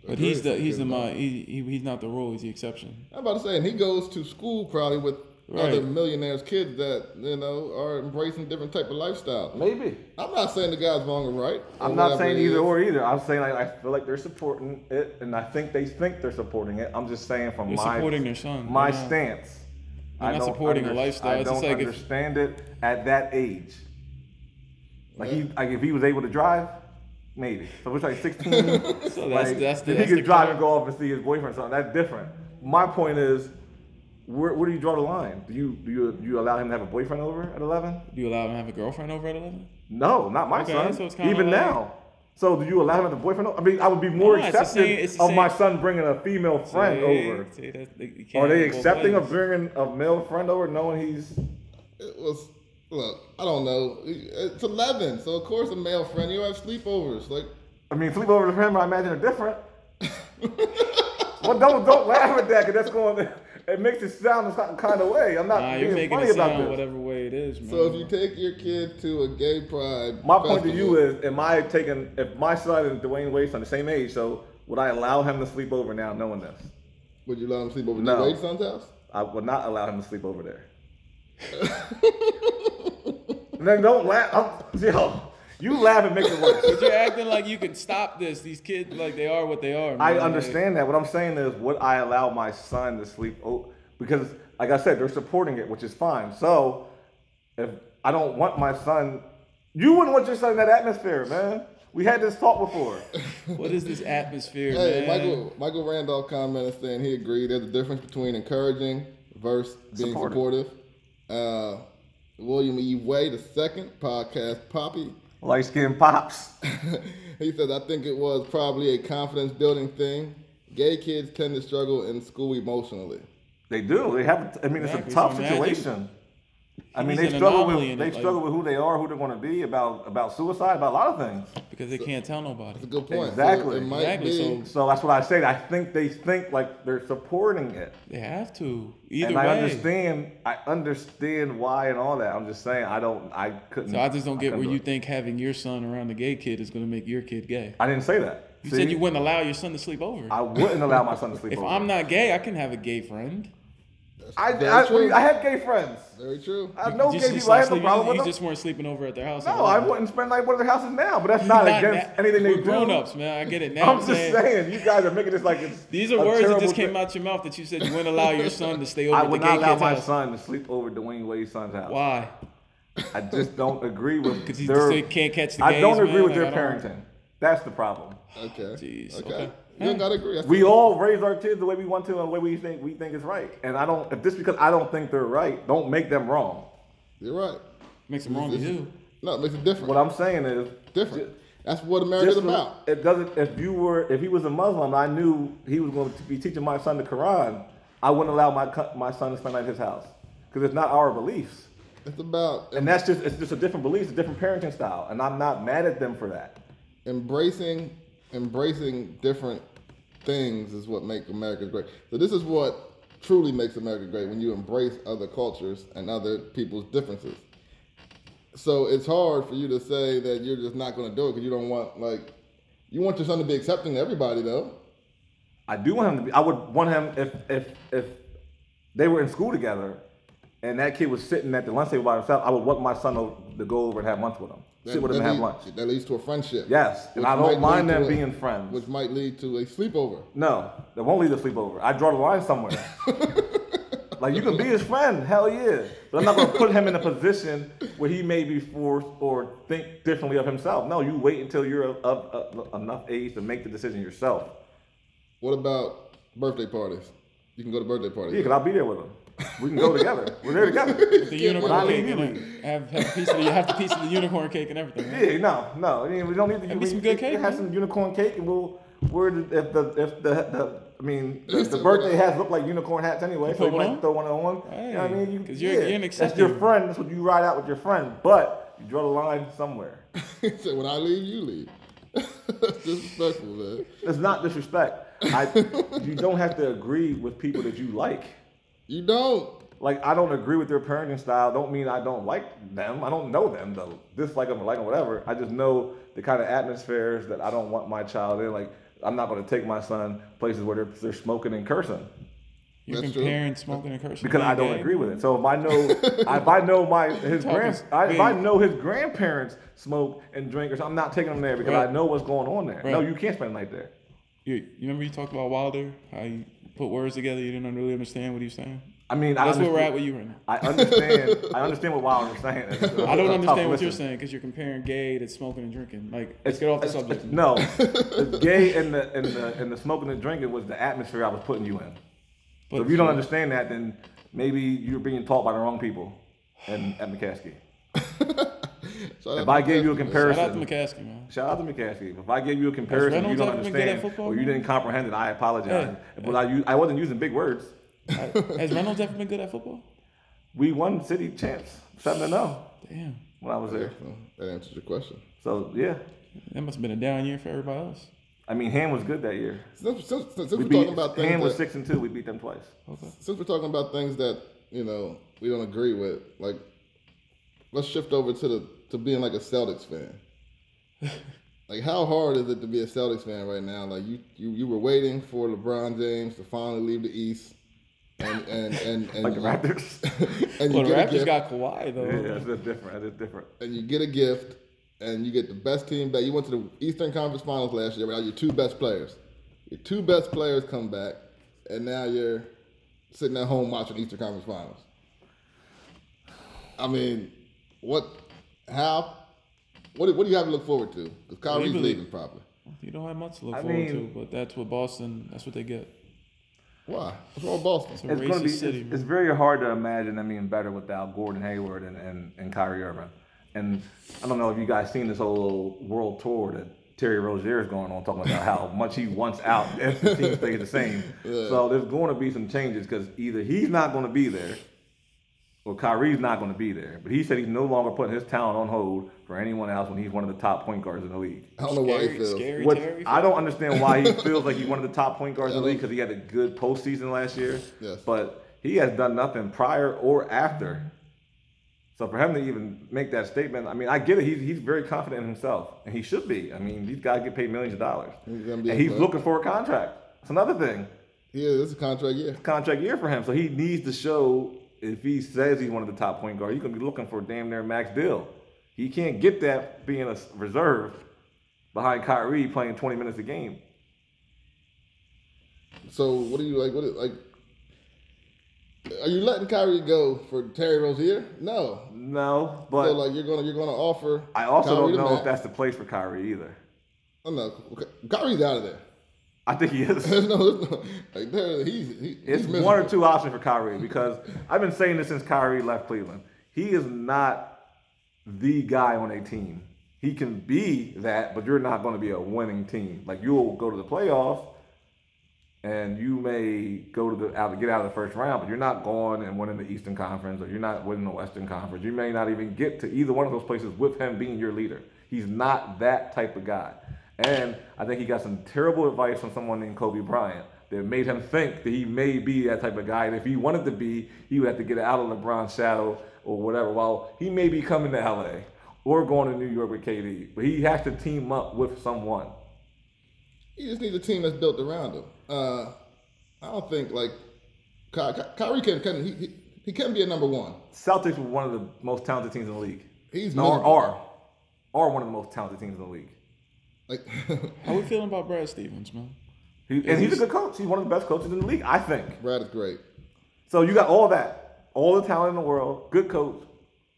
S2: But
S1: agree
S2: he's the
S1: with
S2: he's the
S1: you.
S2: my he, he he's not the rule. He's the exception.
S1: I'm about to say, and he goes to school probably with other
S2: Right.
S1: millionaires' kids that you know are embracing different type of lifestyle.
S3: Maybe.
S1: I'm not saying the guy's wrong or right. or
S3: I'm not
S1: whatever
S3: saying
S1: it is.
S3: either or either. I'm saying like, I feel like they're supporting it, and I think they think they're supporting it. I'm just saying from
S2: They're
S3: my
S2: supporting their son.
S3: my
S2: They're not-
S3: stance.
S2: They're
S3: I
S2: not
S3: don't
S2: supporting a
S3: under-
S2: lifestyle.
S3: I
S2: It's just
S3: don't
S2: like if-
S3: understand it at that age. Like he,
S1: Yeah.
S3: like if he was able to drive, maybe. So it's like [laughs]
S2: [laughs]
S3: 16.
S2: So that's, that's
S3: Like,
S2: the,
S3: if
S2: that's
S3: he
S2: the
S3: could drive
S2: clear-
S3: and go off and see his boyfriend or something, that's different. My point is, where, where do you draw the line? Do you do you, do you allow him to have a boyfriend over at 11?
S2: Do you allow him to have a girlfriend over at 11?
S3: No, not my
S2: Okay,
S3: son.
S2: so it's kinda
S3: Even
S2: like-
S3: now. So do you allow him to have a boyfriend? over? I mean, I would be more
S2: No, it's the
S3: accepting
S2: same- it's the
S3: of my
S2: same.
S3: son bringing a female friend over.
S2: See, that's- you can't
S3: Are they
S2: have both
S3: accepting of
S2: ways.
S3: bringing a male friend over knowing he's
S1: It was look. I don't know. It's 11, so of course a male friend. You have sleepovers. Like [laughs]
S3: I mean, sleepovers with him, I imagine, are different. well, don't don't [laughs] laugh at that because that's going. It makes it sound a certain kind of way. I'm not
S2: Nah, you're
S3: being
S2: making
S3: funny
S2: it
S3: about
S2: sound
S3: this.
S2: whatever way it is, man.
S1: so, if you take your kid to a gay pride,
S3: My point to
S1: festival-
S3: you is, am I taking if my son and Dwayne Wade's on the same age? So would I allow him to sleep over now, knowing this?
S1: would you let him sleep over
S3: No.
S1: no. Wade's son's house?
S3: I would not allow him to sleep over there. And then don't laugh. I'm, yo, you laugh and make
S2: [laughs]
S3: it
S2: But you're
S3: worse.
S2: acting like you can stop this. These kids, like they are what they are. man.
S3: I
S2: Like,
S3: understand that. What I'm saying is, would I allow my son to sleep? Oh, because like I said, they're supporting it, which is fine. So if I don't want my son, you wouldn't want your son in that atmosphere, man. We had this talk before.
S2: what is this atmosphere,
S1: Hey,
S2: man?
S1: Michael Michael Randolph commented saying he agreed there's a difference between encouraging versus being supportive.
S3: Supportive.
S1: Uh, William E. Way, the second podcast poppy, [laughs]
S3: Light skin pops.
S1: he says, I think it was probably a confidence building thing. Gay kids tend to struggle in school emotionally.
S3: They do. They have. I mean, it's a
S2: Exactly.
S3: tough
S2: So imagine-
S3: situation. I mean,
S2: He's
S3: they
S2: an
S3: struggle
S2: anomaly
S3: with
S2: in
S3: they
S2: it, like-
S3: struggle with who they are, who they're going to be, about about suicide, about a lot of things.
S2: Because they can't tell nobody.
S1: That's a good point. So
S3: Exactly.
S1: it might
S2: Exactly.
S1: be-
S2: So-
S3: So that's what I said. I think they think like they're supporting it,
S2: They have to. Either
S3: and
S2: way.
S3: I understand. I understand why and all that. I'm just saying. I don't. I couldn't.
S2: So I just don't get
S3: couldn't
S2: where
S3: do
S2: you
S3: it.
S2: think having your son around the gay kid is going to make your kid gay.
S3: I didn't say that.
S2: You
S3: See?
S2: said you wouldn't allow your son to sleep over.
S3: I wouldn't allow my son to
S2: [laughs]
S3: sleep
S2: if
S3: over.
S2: I'm not gay, I can have a gay friend.
S3: I
S1: Very
S3: I,
S1: true.
S3: I have gay friends.
S1: Very true.
S3: I know
S2: You just-
S3: gay
S2: you
S3: people. I have
S2: stopped
S3: no
S2: sleeping-
S3: problem
S2: you
S3: with them.
S2: just weren't sleeping over at their house.
S3: No, I wouldn't spend night at one of their houses now. But that's not, against anything they
S2: We're
S3: do.
S2: grown ups, man. I get it now.
S3: [laughs] I'm just saying, you guys are making this like it's
S2: These are
S3: a
S2: words that
S3: terrible
S2: just came
S3: thing.
S2: out your mouth that you said you wouldn't allow your son to stay over
S3: I
S2: at the
S3: would
S2: gay
S3: not allow
S2: kid's
S3: my
S2: house.
S3: son to sleep over Dwayne Wade's son's house.
S2: Why?
S3: I just don't
S2: [laughs]
S3: agree with
S2: Because he
S3: their.
S2: can't catch the gays.
S3: I don't agree
S2: man.
S3: with
S2: Like,
S3: their
S2: I don't-
S3: parenting. That's the problem.
S1: Okay.
S2: Jeez,
S1: Okay.
S2: okay.
S1: You don't gotta agree. That's
S3: We
S1: the-
S3: all raise our kids the way we want to and the way we think we think is right. And I don't. If just because I don't think they're right, don't make them wrong.
S1: You're right.
S2: Makes them wrong to do.
S1: No, it makes a difference.
S3: What I'm saying is
S1: different.
S3: ju-
S1: That's what America's
S3: Just-
S1: about.
S3: It doesn't. If you were, if he was a Muslim, I knew he was going to be teaching my son the Quran. I wouldn't allow my co- my son to spend night at his house because it's not our beliefs,
S1: It's about
S3: and that's just it's just a different belief, a different parenting style, and I'm not mad at them for that.
S1: embracing embracing different things is what makes America great. So this is what truly makes America great when you embrace other cultures and other people's differences. So it's hard for you to say that you're just not going to do it because you don't want like you want your son to be accepting to everybody though.
S3: I do want him to be. I would want him if if if they were in school together, and that kid was sitting at the lunch table by himself. I would want my son to- to go over and have lunch with him, sit with him and have lunch.
S1: leads- That leads to a friendship.
S3: Yes, and
S1: which
S3: I don't
S1: might lead
S3: mind them
S1: to a-
S3: being friends.
S1: Which might lead to a sleepover.
S3: No, they won't leave the sleepover. I draw the line somewhere. [laughs] like you can be his friend, hell yeah, but I'm not gonna put him in a position where he may be forced or think differently of himself. No, you wait until you're of, of, of enough age to make the decision yourself.
S1: What about birthday parties? You can go to birthday parties.
S3: Yeah, because I'll be there with him. We
S2: [laughs]
S3: can go together. We're there together.
S2: The [laughs]
S1: Get
S2: unicorn
S1: right.
S2: cake and it- have, have a piece of the, have the piece of the unicorn cake and everything. Right?
S3: [laughs] Yeah, no, no. I mean, we don't need to.
S2: Have
S3: we,
S2: some good cake,
S3: Have
S2: man.
S3: some unicorn cake, and we'll. Where the, if the if the, the I mean the,
S1: Listen,
S3: the birthday hats look like unicorn hats anyway, so
S2: put
S3: you
S2: one
S3: might
S2: on?
S3: throw one on. you know what I
S2: Hey,
S3: mean, you,
S2: 'cause you're- you're an
S3: that's your
S2: accepting-
S3: friend. That's what you ride out with your friend, but you draw the line somewhere.
S1: he said, when I leave, you leave. [laughs] That's disrespectful, man.
S3: It's not disrespect. I
S2: [laughs]
S3: you don't have to agree with people that you like.
S1: You don't.
S3: Like I don't agree with their parenting style. Don't mean I don't like them. I don't know them though. Dislike them or like them, whatever. I just know the kind of atmospheres that I don't want my child in. Like I'm not going to take my son places where they're, they're smoking and cursing.
S2: You're
S1: That's true.
S2: comparing smoking and cursing.
S3: because I don't agree with it. So if I know, if I know my his
S2: Talking
S3: grand, I, if I
S2: big.
S3: know his grandparents smoke and drink, or something, I'm not taking them there because
S2: Right.
S3: I know what's going on there. No,
S2: Right.
S3: you can't spend the night there.
S2: You, you remember you talked about Wilder? How you put words together, you didn't really understand what he was saying.
S3: I mean, I
S2: That's where we're
S3: understand-
S2: at with you right now.
S3: I understand. I understand what Wilder's saying. It's a-
S2: I don't
S3: it's a tough
S2: understand what you're
S3: listen.
S2: saying because you're comparing gay to smoking and drinking. Like, let's get off the
S3: It's-
S2: subject.
S3: it's- [laughs] No, the gay and the and the and the smoking and drinking was the atmosphere I was putting you in. So
S2: But-
S3: if you don't understand that, then maybe you're being taught by the wrong people. And at McCaskey,
S1: Shout out
S3: if
S1: to
S3: I gave you a
S1: Cassidy, man.
S3: comparison,
S2: Shout out to McCaskey, man.
S3: Shout out to McCaskey. If I gave you a comparison, you
S2: Reynolds
S3: don't
S2: ever been good at
S3: understand,
S2: football,
S3: or you
S2: man?
S3: didn't comprehend it. I apologize.
S2: Hey.
S3: But I, u- I wasn't using big words. [laughs]
S2: Has Reynolds ever been good at football?
S3: We won city champs, seven to zero
S2: Damn,
S3: when I was there.
S1: Well, That answers your question.
S3: So yeah,
S2: that must have been a down year for everybody else.
S3: I mean, Ham was good that year.
S1: Since, since, since
S3: We
S1: we're
S3: beat
S1: talking about
S3: Ham
S1: things
S3: was
S1: that,
S3: six and two. We beat them
S1: [laughs]
S3: twice.
S1: since we're talking about things that you know we don't agree with, like let's shift over to the to being like a Celtics fan. [laughs] like, how hard is it to be a Celtics fan right now? Like, you you, you were waiting for LeBron James to finally leave the East, and and and and
S3: Like the
S1: you-
S3: Raptors. [laughs]
S1: [laughs] and you
S2: Well, the
S1: get a
S2: Raptors
S1: gift,
S2: got Kawhi though.
S3: yeah, that's just different. That's just different.
S1: and you get a gift, and you get the best team back. You went to the Eastern Conference Finals last year without your two best players. Your two best players come back, and now you're sitting at home watching Eastern Conference Finals. I mean, what? How? What? do- What do you have to look forward to? Because Kyrie's
S2: Really?
S1: leaving, probably.
S2: You don't have much to look
S3: I
S2: forward
S3: mean-
S2: to, but that's what Boston. That's what they get.
S1: Why? What's wrong with Boston?
S2: It's a
S3: It's
S2: racist
S3: gonna be.
S2: city.
S3: it's, it's very hard to imagine them being better without Gordon Hayward and, and and Kyrie Irving. And I don't know if you guys seen this whole world tour that Terry Rozier is going on, talking about how much he wants out [laughs] if the team stays the same. So there's going to be some changes because either he's not going to be there, or Kyrie's not going to be there. But he said he's no longer putting his talent on hold for anyone else when he's one of the top point guards in the league.
S1: I don't know why he
S2: scary,
S1: feels.
S2: scary
S3: What,
S2: Terry.
S3: I don't understand
S2: [laughs]
S3: why he feels like he's one of the top point guards in the league because he had a good postseason last year.
S1: Yes.
S3: But he has done nothing prior or after. So for him to even make that statement, I mean, I get it. He's, he's very confident in himself, and he should be. I mean, these guys get paid millions of dollars,
S1: He's gonna
S3: and
S1: be a
S3: he's
S1: player.
S3: looking for a contract. That's another thing,
S1: Yeah, this is a contract year.
S3: contract year for him. So he needs to show if he says he's one of the top point guards, he's gonna be looking for damn near max deal. He can't get that being a s- reserve behind Kyrie playing 20 minutes a game.
S1: So what do you like? What is, like? Are you letting Kyrie go for Terry Rozier? No.
S3: No, but
S1: So like you're gonna you're gonna offer.
S3: I also
S1: Kyrie
S3: don't
S1: the
S3: know if
S1: max.
S3: that's the place for Kyrie either.
S1: Oh, no, okay. Kyrie's out of there. [laughs]
S3: I think he is.
S1: There's no, there's no like there, he's he,
S3: It's
S1: he's miserable.
S3: one or two options for Kyrie because I've been saying this since Kyrie left Cleveland. He is not the guy on a team. He can be that, but you're not going to be a winning team. Like you'll go to the playoff, and you may go to the out get out of the first round, but you're not going and winning the Eastern Conference, or you're not winning the Western Conference. You may not even get to either one of those places with him being your leader. He's not that type of guy. And I think he got some terrible advice from someone named Kobe Bryant that made him think that he may be that type of guy. And if he wanted to be, he would have to get out of LeBron's shadow or whatever. While he may be coming to LA or going to New York with KD, but he has to team up with someone.
S1: You just need a team that's built around him. Uh, I don't think like Ky- Ky- Kyrie can can he, he he can be a number one.
S3: Celtics were one of the most talented teams in the league.
S1: He's
S3: no, are,
S1: miserable.
S3: are are one of the most talented teams in the league.
S1: Like [laughs]
S2: How we feeling about Brad Stevens, man?
S3: He, and he's a good coach. He's one of the best coaches in the league, I think.
S1: Brad is great.
S3: So you got all that, all the talent in the world, good coach.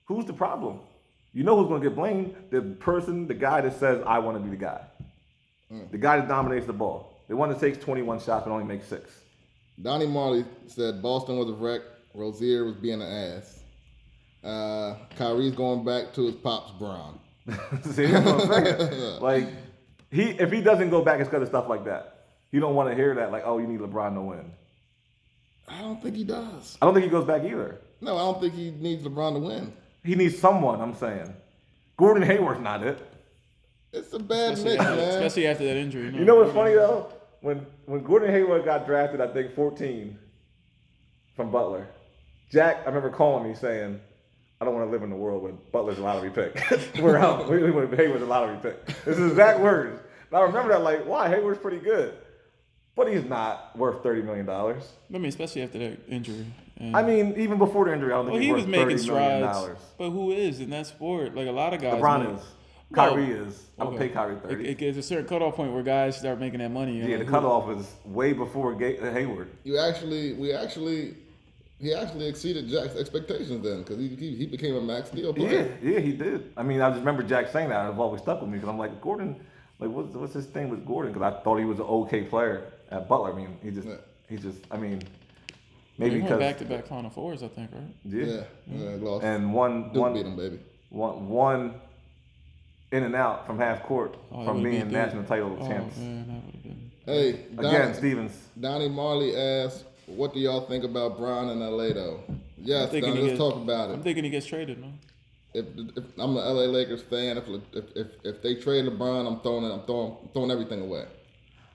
S3: Who's the problem? You know who's going to get blamed? The person, the guy that says, "I want to be the guy," the guy that dominates the ball. The one that takes 21 shots and only makes six. [laughs]
S1: Donnie Marley said Boston was a wreck. Rozier was being an ass. Uh, Kyrie's going back to his pops Brown.
S3: See that's what I'm saying? Like he, if he doesn't go back, it's because of stuff like that. He don't want to hear that. Like, oh, you need LeBron to win.
S1: I don't think he does.
S3: I don't think he goes back either.
S1: No, I don't think he needs LeBron to win.
S3: He needs someone. I'm saying, Gordon Hayward's not it.
S1: It's a bad
S2: Especially,
S1: mix,
S2: after,
S1: man.
S2: especially after that injury.
S3: You know what's funny though? When when Gordon Hayward got drafted, I think 14 from Butler, Jack, I remember calling me saying, I don't want to live in the world when Butler's a lottery pick. [laughs] We're out. We live when Hayward's a lottery pick. This is exact words. And I remember that like, why Hayward's pretty good. but he's not worth thirty million dollars.
S2: I mean, especially after that injury. And-
S3: I mean, even before the injury, I don't think
S2: well,
S3: he's
S2: he was
S3: worth
S2: making
S3: thirty million
S2: strides,
S3: dollars.
S2: but who is in that sport? Like a lot of guys.
S3: LeBron
S2: make-
S3: is. Kyrie
S2: No.
S3: is. I'm
S2: Okay.
S3: gonna pay Kyrie
S2: It-
S3: thirty.
S2: It, gets a certain cutoff point where guys start making that money.
S3: yeah, the cutoff is way before Ga- Hayward.
S1: You actually, we actually, he actually exceeded Jack's expectations then because he, he he became a max deal
S3: Yeah,
S1: player.
S3: yeah, he did. I mean, I just remember Jack saying that. I've always stuck with me because I'm like Gordon. Like, what's what's his thing with Gordon? Because I thought he was an okay player at Butler. I mean, he just
S1: Yeah.
S3: he just. I mean,
S2: They
S3: maybe
S2: went
S3: because
S2: back to back final fours, I think, right?
S3: yeah.
S1: yeah, yeah lost.
S3: and one
S1: Duke
S3: one
S1: beat him, baby.
S3: one one in and out from half court
S2: Oh,
S3: from
S2: they
S3: being
S2: beat Duke.
S3: national title
S2: Oh,
S3: champs
S2: man, that would have been.
S1: Hey,
S3: again.
S1: Don,
S3: Stevens,
S1: Donnie Marley asked, "What do y'all think about Brown in LA though?" Yes,
S2: thinking
S1: Don,
S2: he
S1: let's
S2: gets-
S1: talk about it.
S2: I'm thinking he gets traded, man.
S1: if, if I'm an LA Lakers fan, if if if, if they trade LeBron, I'm throwing it, I'm throwing I'm throwing everything away.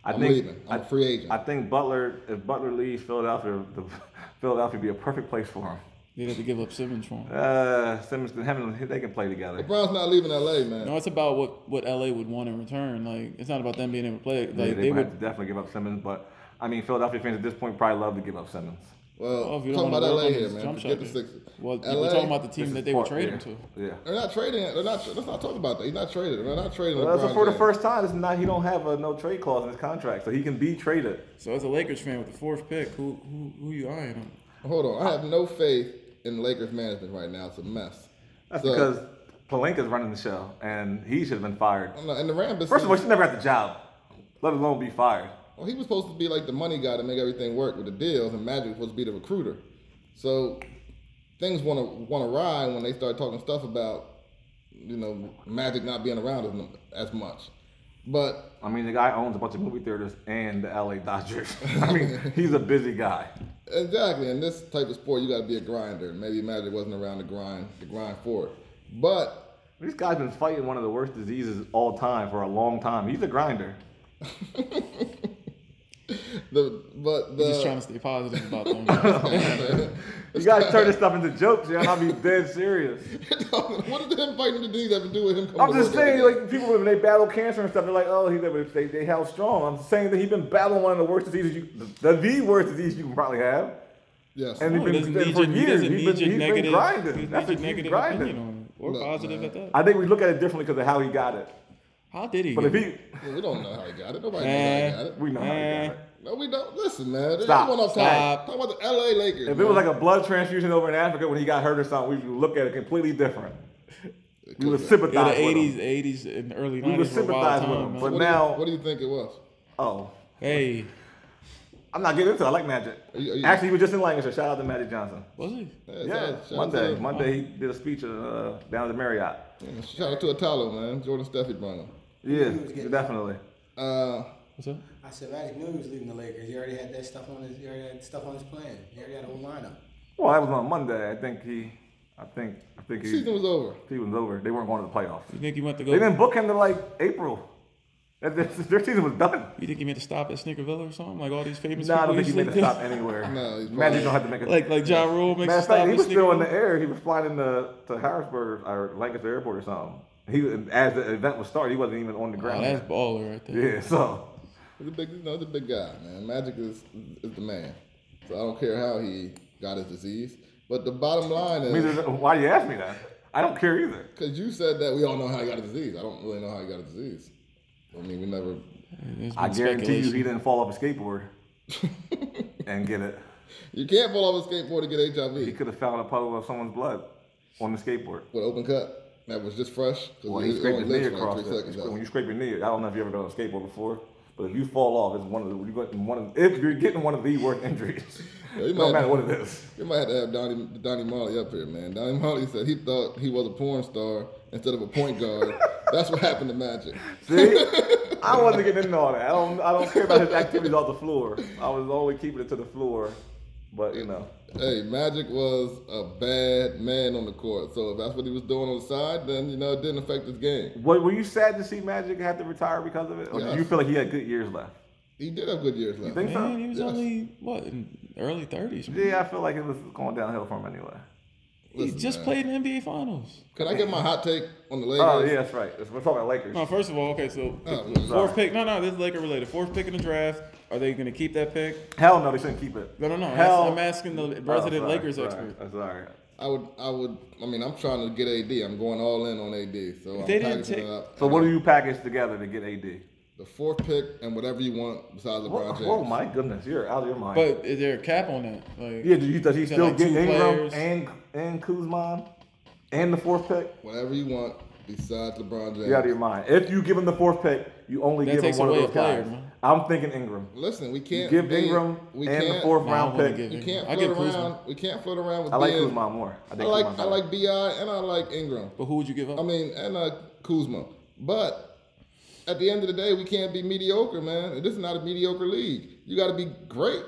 S3: I
S1: I'm
S3: think
S1: leaving. I'm
S3: I-
S1: a free agent.
S3: I think Butler, if Butler leaves Philadelphia, the, [laughs] Philadelphia would be a perfect place for him.
S2: They'd have to give up Simmons for him.
S3: Uh, Simmons and Hammond, they can play together.
S1: LeBron's not leaving LA, man.
S2: No, it's about what, what LA would want in return. Like it's not about them being able to play. Like
S3: Yeah,
S2: they,
S3: they, might
S2: would.
S3: have to definitely give up Simmons, but I mean, Philadelphia fans at this point probably love to give up Simmons.
S1: well,
S2: Oh, if you
S1: we're
S2: don't
S1: talking
S2: want
S1: about
S2: to
S1: LA
S2: work on
S1: here,
S2: his
S1: man.
S2: jump
S1: Forget
S2: shot,
S1: the
S2: then.
S1: Sixers.
S2: well,
S1: LA,
S2: we're talking about the team
S3: This
S2: that
S3: is
S2: they would
S3: part-
S2: trade
S3: yeah,
S2: him to.
S3: Yeah.
S1: They're not trading. They're not. Let's not talk about that. He's not trading. They're not trading.
S3: Well, that's
S1: LeBron
S3: for the
S1: James.
S3: first time. It's not he don't have a no trade clause in his contract, so he can be traded.
S2: So as a Lakers fan with the fourth pick, who who who you eyeing him?
S1: Hold on. I have no faith in Lakers management right now. It's a mess.
S3: That's
S1: So-
S3: because Palenka's running the show, and he should have been fired.
S1: I'm not, and the Rambis.
S3: First of all, she never had the job, let alone be fired.
S1: Well, he was supposed to be like the money guy to make everything work with the deals, and Magic was supposed to be the recruiter. So things want to want to ride when they start talking stuff about you know Magic not being around as, mu- as much. But
S3: I mean, the guy owns a bunch of movie theaters and the LA Dodgers. [laughs] I mean, he's a busy guy.
S1: exactly in this type of sport, you got to be a grinder. Maybe Magic wasn't around to grind to grind for it, but
S3: This guy's been fighting one of the worst diseases all time for a long time. He's a grinder.
S1: the but the
S2: Just trying to stay positive about
S3: [laughs]
S2: them.
S3: You gotta turn this stuff into jokes, y'all. I'll be dead
S2: [laughs]
S3: serious.
S1: [laughs] what did him fighting the D's have to do with him? Coming
S3: I'm
S1: to
S3: just
S1: work every
S3: saying,
S1: day?
S3: like people when they battle cancer and stuff, they're like, oh, he they they held strong. I'm saying that he's been battling one of the worst diseases, you, the, the worst disease you can probably have.
S1: yes.
S3: And
S2: No, he
S3: he's
S2: doesn't
S3: been
S2: need
S3: for
S2: your, he
S3: years.
S2: doesn't
S3: He's
S2: need
S3: been-
S2: your
S3: he's been
S2: negative,
S3: grinding.
S2: he doesn't need
S3: That's a-
S2: your
S3: he's
S2: negative
S3: grinding.
S2: opinion on it, or
S1: Look,
S2: positive
S1: man.
S2: at that.
S3: I think we look at it differently because of how he got it.
S2: How did he?
S3: But
S2: get
S3: if
S2: it?
S3: he,
S1: Well, we don't know how he got it. Nobody
S2: Eh.
S1: knows how he got it.
S3: we know how he
S2: Eh.
S3: got it.
S1: No, we don't. Listen, man.
S3: Stop.
S1: Stop. Going off
S2: Stop.
S1: Talk about the LA Lakers.
S3: If it was like a blood transfusion over in Africa when he got hurt or something, we would look at it completely different. We would sympathize
S2: yeah, the
S3: with
S2: '80s,
S3: him.
S2: '80s, and early
S3: would
S2: '90s were a wild
S3: sympathize with him,
S2: time. man.
S3: but
S1: what Do
S3: now-
S1: you, what do you think it was?
S3: Oh,
S2: Hey,
S3: I'm not getting into it. I like Magic.
S1: Are you- are you-
S3: Actually, he was just in Lancaster. Shout out to Magic Johnson.
S2: was he?
S1: Yeah,
S3: Yeah,
S1: shout- shout
S3: Monday.
S1: out
S3: Monday he did a speech uh, down at the Marriott.
S1: to- Shout out to Italo, man. Jordan Steffi brought him.
S3: Yeah,
S5: was getting-
S3: definitely.
S1: Uh,
S2: What's up?
S5: I said, I knew he was leaving the Lakers. He already had that stuff on his. He already had stuff on his plan. He already had a whole lineup.
S3: Well, that was on Monday. I think he, I think, I think he,
S1: season was over.
S3: he was over. They weren't going to the playoffs.
S2: You think he went to
S3: They
S2: go?
S3: didn't book him to like April. That- that- Their season was done.
S2: You think he meant to stop at Snickerville or something? Like all these famous
S3: No, I
S2: people.
S3: don't think he
S2: used to
S3: made a
S2: do?
S3: stop [laughs] anywhere.
S1: No, he's
S3: Magic
S1: probably-
S3: don't have to make
S2: [laughs]
S3: a
S2: Like like Ja Rule makes
S3: Matter
S2: a
S3: of
S2: stop.
S3: fact, he
S2: at
S3: was still in
S2: Snickerville?
S3: the air. He was flying into to Harrisburg or Lancaster Airport or something. He was- as the event was starting, he wasn't even on the
S2: Oh,
S3: ground.
S2: that's baller right there.
S3: yeah, so
S1: He's a big, you know, he's a big guy, man. Magic is is the man. So I don't care how he got his disease. But the bottom line
S3: I mean,
S1: is
S3: there's- why do you ask me that? I don't care either.
S1: because you said that we all know how he got a disease. I don't really know how he got a disease. I mean, we never.
S2: There's
S3: I
S2: been
S3: guarantee you,
S2: speculation.
S3: he didn't fall off a [laughs] skateboard and get it.
S1: You can't fall off a skateboard to get
S3: He
S1: HIV
S3: could have found a puddle of someone's blood on the skateboard.
S1: with open cut. That was just fresh. 'cause
S3: Well,
S1: it
S3: he
S1: only
S3: scraped his knee
S1: lives for like
S3: across.
S1: three
S3: the-
S1: seconds, though.
S3: when you scrape your knee, I don't know if you ever been on a skateboard before, but if you fall off, it's one of the you're going, one of if you're getting one of the worst injuries,
S1: you
S3: no
S1: might-
S3: matter what it
S1: [laughs]
S3: is.
S1: You might have to have Donnie, Donnie Marley up here, man. Donnie Marley said he thought he was a porn star instead of a point guard. [laughs] That's what happened to Magic.
S3: See, I wasn't getting into all that. I don't. I don't care about his activities off the floor. I was only keeping it to the floor. But you know,
S1: Hey, Magic was a bad man on the court. So if that's what he was doing on the side, then, you know, it didn't affect his game.
S3: what, were you sad to see Magic have to retire because of it, or did you
S1: Yes.
S3: feel like he had good years left?
S1: He did have good years left.
S3: Think
S2: Man,
S3: so?
S2: he was
S1: Yes.
S2: only what in early thirties.
S3: Yeah, I feel like it was going downhill for him anyway.
S2: He
S1: Listen,
S2: just
S1: man.
S2: played in the NBA Finals.
S1: Can I get my hot take on the Lakers?
S3: Oh yeah, that's right. We're talking about Lakers.
S2: No, first of all, okay, so
S1: Oh,
S2: the
S1: sorry.
S2: fourth pick. No, no, this is Laker related. Fourth pick in the draft. Are they going to keep that pick?
S3: Hell no, they shouldn't keep it.
S2: No, no, no.
S3: Hell,
S2: I'm asking the
S3: Oh,
S2: resident
S3: sorry,
S2: Lakers
S3: sorry,
S2: expert.
S3: I'm sorry.
S1: I would, I would. I mean, I'm trying to get AD. I'm going all in on AD. So I'm
S2: they didn't
S1: packaging
S2: take-
S1: it up.
S3: So what do you package together to get AD?
S1: The fourth pick and whatever you want besides LeBron
S3: Oh,
S1: James.
S3: oh my goodness, you're out of your mind.
S2: But is there a cap on that? Like,
S3: yeah, do you does he
S2: got,
S3: still
S2: like,
S3: get
S2: two
S3: Ingram
S2: players.
S3: and and Kuzman and the fourth pick?
S1: Whatever you want besides LeBron James.
S3: You're out of your mind. If you give him the fourth pick, you only
S2: That
S3: give him
S2: takes
S3: one of
S2: away
S3: those
S2: a player,
S3: guys.
S2: man.
S3: I'm thinking Ingram.
S1: Listen, we can't
S3: Give
S1: be-
S3: Ingram
S1: We
S3: and the
S1: can't.
S3: fourth
S2: Nah, I
S3: round
S2: wouldn't
S3: pick.
S2: give
S1: You
S2: Ingram.
S1: can't
S2: I
S1: float
S2: give Kuzma.
S1: around. We can't float around with.
S3: I like
S1: being-
S3: Kuzma more. I,
S1: I
S3: think
S1: like
S3: Kuzma
S1: I
S3: better.
S1: like Bi and I like Ingram.
S2: But who would you give up?
S1: I mean, and uh, Kuzma. But at the end of the day, we can't be mediocre, man. This is not a mediocre league. You got to be great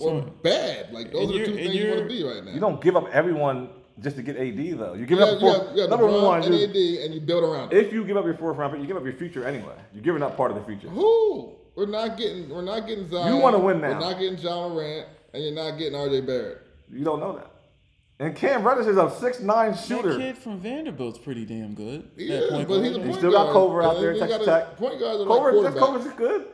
S1: or
S2: So-
S1: bad. Like those
S2: And
S1: are the
S2: you're-
S1: two
S2: and
S1: things you want to
S2: you're-
S1: be right now.
S3: You don't give up everyone just to get AD though. You give
S1: You
S3: up
S1: have,
S3: the
S1: you
S3: fourth.
S1: have, you have
S3: number
S1: LeBron
S3: one.
S1: and
S3: you-
S1: AD, and you build around it.
S3: If you give up your fourth round pick, you give up your future anyway. You're giving up part of the future.
S1: Who? We're not getting. We're not getting Zion.
S3: You wanna win now.
S1: We're not getting John Morant, and you're not getting RJ Barrett.
S3: You don't know that. And Cam Reddish is a six nine
S2: that
S3: shooter.
S2: kid from Vanderbilt's pretty damn good.
S1: He
S2: That
S1: is,
S2: point
S1: but
S2: guard.
S1: he's a point
S3: still got
S1: guard.
S3: Culver out
S1: And
S3: there,
S1: he
S3: Texas
S1: got a-
S3: Tech.
S1: Point guards are
S3: Culver,
S1: like
S3: that's
S1: quarterbacks.
S3: Culver's is good.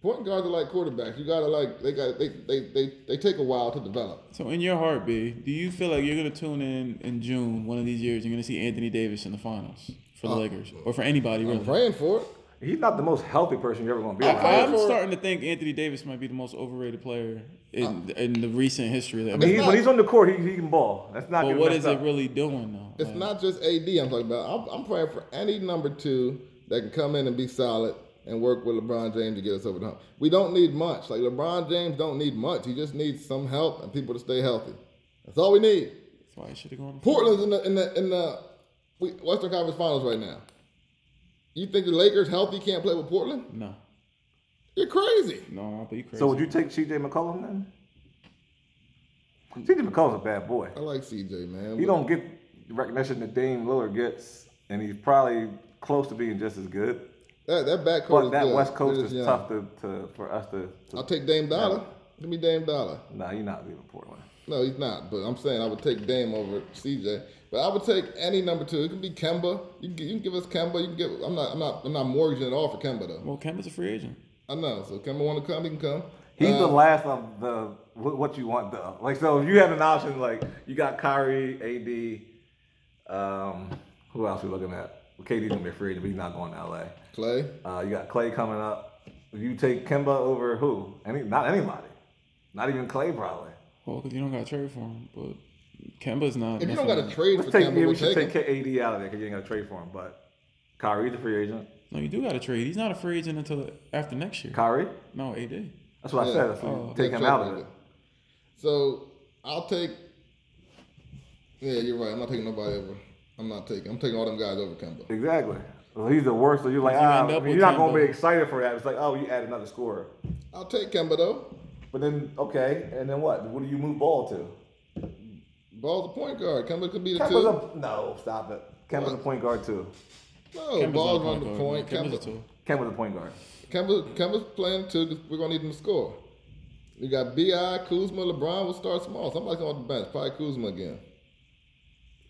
S1: Point guards are like quarterbacks. You gotta like they got they they, they they take a while to develop.
S2: So in your heart, B, do you feel like you're gonna tune in in June one of these years? You're gonna see Anthony Davis in the finals for the Lakers or for anybody
S1: Uh, I'm
S2: really?
S1: praying for it.
S3: He's not the most healthy person you're ever going to be
S2: I,
S3: around. I,
S2: I'm starting to think Anthony Davis might be the most overrated player
S1: Uh,
S2: in in the recent history. Of
S3: mean,
S2: that.
S3: he's, when he's on the court, he, he can ball. That's not.
S2: But
S3: getting
S2: what
S3: messed
S2: is
S3: up.
S2: it really doing though?
S1: It's
S2: Like,
S1: not just AD. I'm talking about. I'm, I'm praying for any number two that can come in and be solid and work with LeBron James to get us over the hump. We don't need much. Like LeBron James don't need much. He just needs some help and people to stay healthy. That's all we need.
S2: That's why he should have gone.
S1: Portland's in the in the in the we- Western Conference Finals right now. You think the Lakers healthy can't play with Portland?
S2: No,
S1: You're crazy.
S2: no, but you crazy.
S3: So would you take CJ McCollum then? CJ McCollum's a bad boy.
S1: I like CJ, man.
S3: He don't get the recognition that Dame Lillard gets, and he's probably close to being just as good.
S1: that that backcourt
S3: But
S1: is
S3: that
S1: good.
S3: West Coast
S1: They're
S3: is
S1: just young.
S3: tough to, to for us to. to
S1: I'll take Dame Dollar. Give me Dame Dollar.
S3: nah, you're not leaving Portland.
S1: No, he's not. But I'm saying I would take Dame over CJ. But I would take any number two. It can be Kemba. You can, you can give us Kemba. You can give. I'm not. I'm not. I'm not mortgaging it all for Kemba though.
S2: Well, Kemba's a free agent.
S1: I know. So Kemba want to come, he can come.
S3: He's
S1: Uh,
S3: the last of the what, what you want though. Like so, if you had an option, like you got Kyrie, AD, um, who else we looking at? KD's gonna be free, but he's not going to LA.
S1: Clay.
S3: Uh, you got Clay coming up. You take Kimba over who? Any? Not anybody. Not even Clay probably.
S2: Well, because you don't got to trade for him, but Kemba's not.
S1: If you don't
S2: that's
S1: got
S2: not-
S1: a trade for
S3: Let's take,
S1: Kemba,
S3: yeah,
S1: we'll
S3: we should
S1: take him.
S3: take AD out of there because you ain't gonna trade for him. But Kyrie's a free agent.
S2: no, you do got to trade. He's not a free agent until after next year.
S3: Kyrie.
S2: No, AD.
S3: That's what
S1: Yeah.
S3: I said. That's what
S2: Oh.
S3: you take him
S1: trade
S3: out of
S1: for
S3: it.
S1: him. So I'll take. Yeah, you're right. I'm not taking nobody over. I'm not taking. I'm taking all them guys over Kemba.
S3: Exactly. Well, he's the worst. So you're like,
S2: If you
S3: ah,
S2: end up
S3: you're
S2: with
S3: not gonna
S2: Kemba-
S3: be excited for that. It's like, oh, you add another scorer.
S1: I'll take Kemba though.
S3: But then, okay, and then what? What do you move ball to?
S1: Ball's a point guard. Kemba could be the two.
S3: Kemba's a no. Stop it. Kemba's a point guard too.
S1: No,
S2: Kemba's
S1: ball's
S2: not a
S1: on the point.
S2: guard, man.
S1: Kemba,
S2: Kemba's a two.
S3: Kemba's a point guard.
S1: Kemba, Kemba's playing too because we're gonna need him to score. We got Bi, Kuzma, LeBron will start small. Somebody's going off the bench. Probably Kuzma again.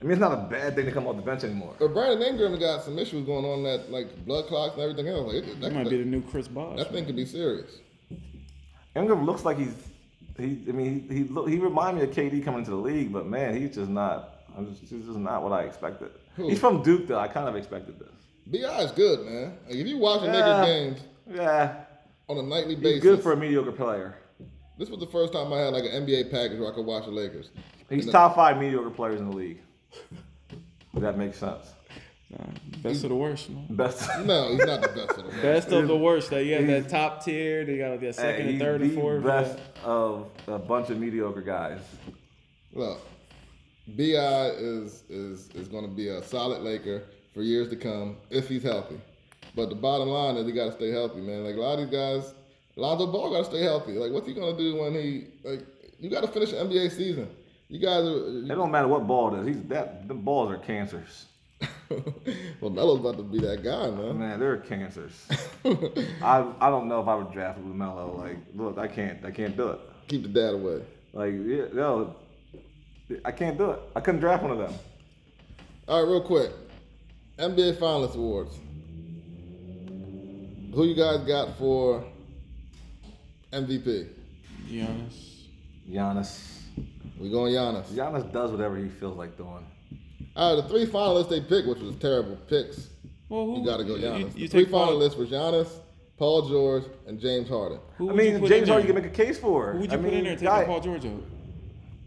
S3: I mean, it's not a bad thing to come off the bench anymore.
S1: But Brandon Ingram got some issues going on that like blood clots and everything else. Like, it-
S2: He
S1: that,
S2: might
S1: could-
S2: be the new Chris Bosh.
S1: that thing could be serious.
S3: Ingram looks like he's he. I mean, he he, look, he reminded me of KD coming into the league, but man, he's just not. I'm just, he's just not what I expected.
S1: Who?
S3: He's from Duke, though. I kind of expected this.
S1: Bi is good, man. Like, if you watch the
S3: Yeah.
S1: Lakers games
S3: Yeah,
S1: on a nightly basis,
S3: he's good for a mediocre player.
S1: this was the first time I had like an NBA package where I could watch the Lakers.
S3: He's top five mediocre players in the league. If that makes sense.
S2: Nah, best of the worst, man.
S3: Best.
S1: No, he's not the best of the world.
S2: Best of the worst. That you have
S3: he's-
S2: that top tier. They got like that second
S3: Hey, [laughs]
S2: and
S3: he's
S2: third
S3: the
S2: and fourth.
S3: best of a bunch of mediocre guys.
S1: Look, Bi is is is going to be a solid Laker for years to come if he's healthy. But the bottom line is he got to stay healthy, man. Like a lot of these guys, Lonzo Ball got to stay healthy. Like what's he going to do when he like? You got to finish the NBA season. You guys
S3: It
S1: [laughs] are.
S3: don't matter what ball it is. He's that. The balls are cancers.
S1: well, Melo's about to be that guy, man.
S3: Man, they're
S2: [laughs]
S3: cancers.
S1: [laughs]
S3: I I don't know if I would draft Lamelo. Like, look, I can't I can't do it.
S1: Keep the dad away.
S3: Like, yeah, no, I can't do it. I couldn't draft one of them.
S1: All right, real quick. NBA Finalist Awards. Who you guys got for MVP?
S2: Giannis.
S3: Giannis.
S1: We going Giannis.
S3: Giannis does whatever he feels like doing.
S1: Out of the three finalists they picked, which was terrible picks,
S2: Well, who
S1: you got to go Giannis.
S2: You, you
S1: the three
S2: take Paul-
S1: finalists were Giannis, Paul George, and James Harden.
S2: Who
S3: I
S2: would you
S3: mean,
S2: put in
S3: James Harden, you
S2: there?
S3: can make a case for.
S2: Who would
S3: I
S2: you put
S3: mean,
S2: in there
S3: guy-
S2: taking Paul George out?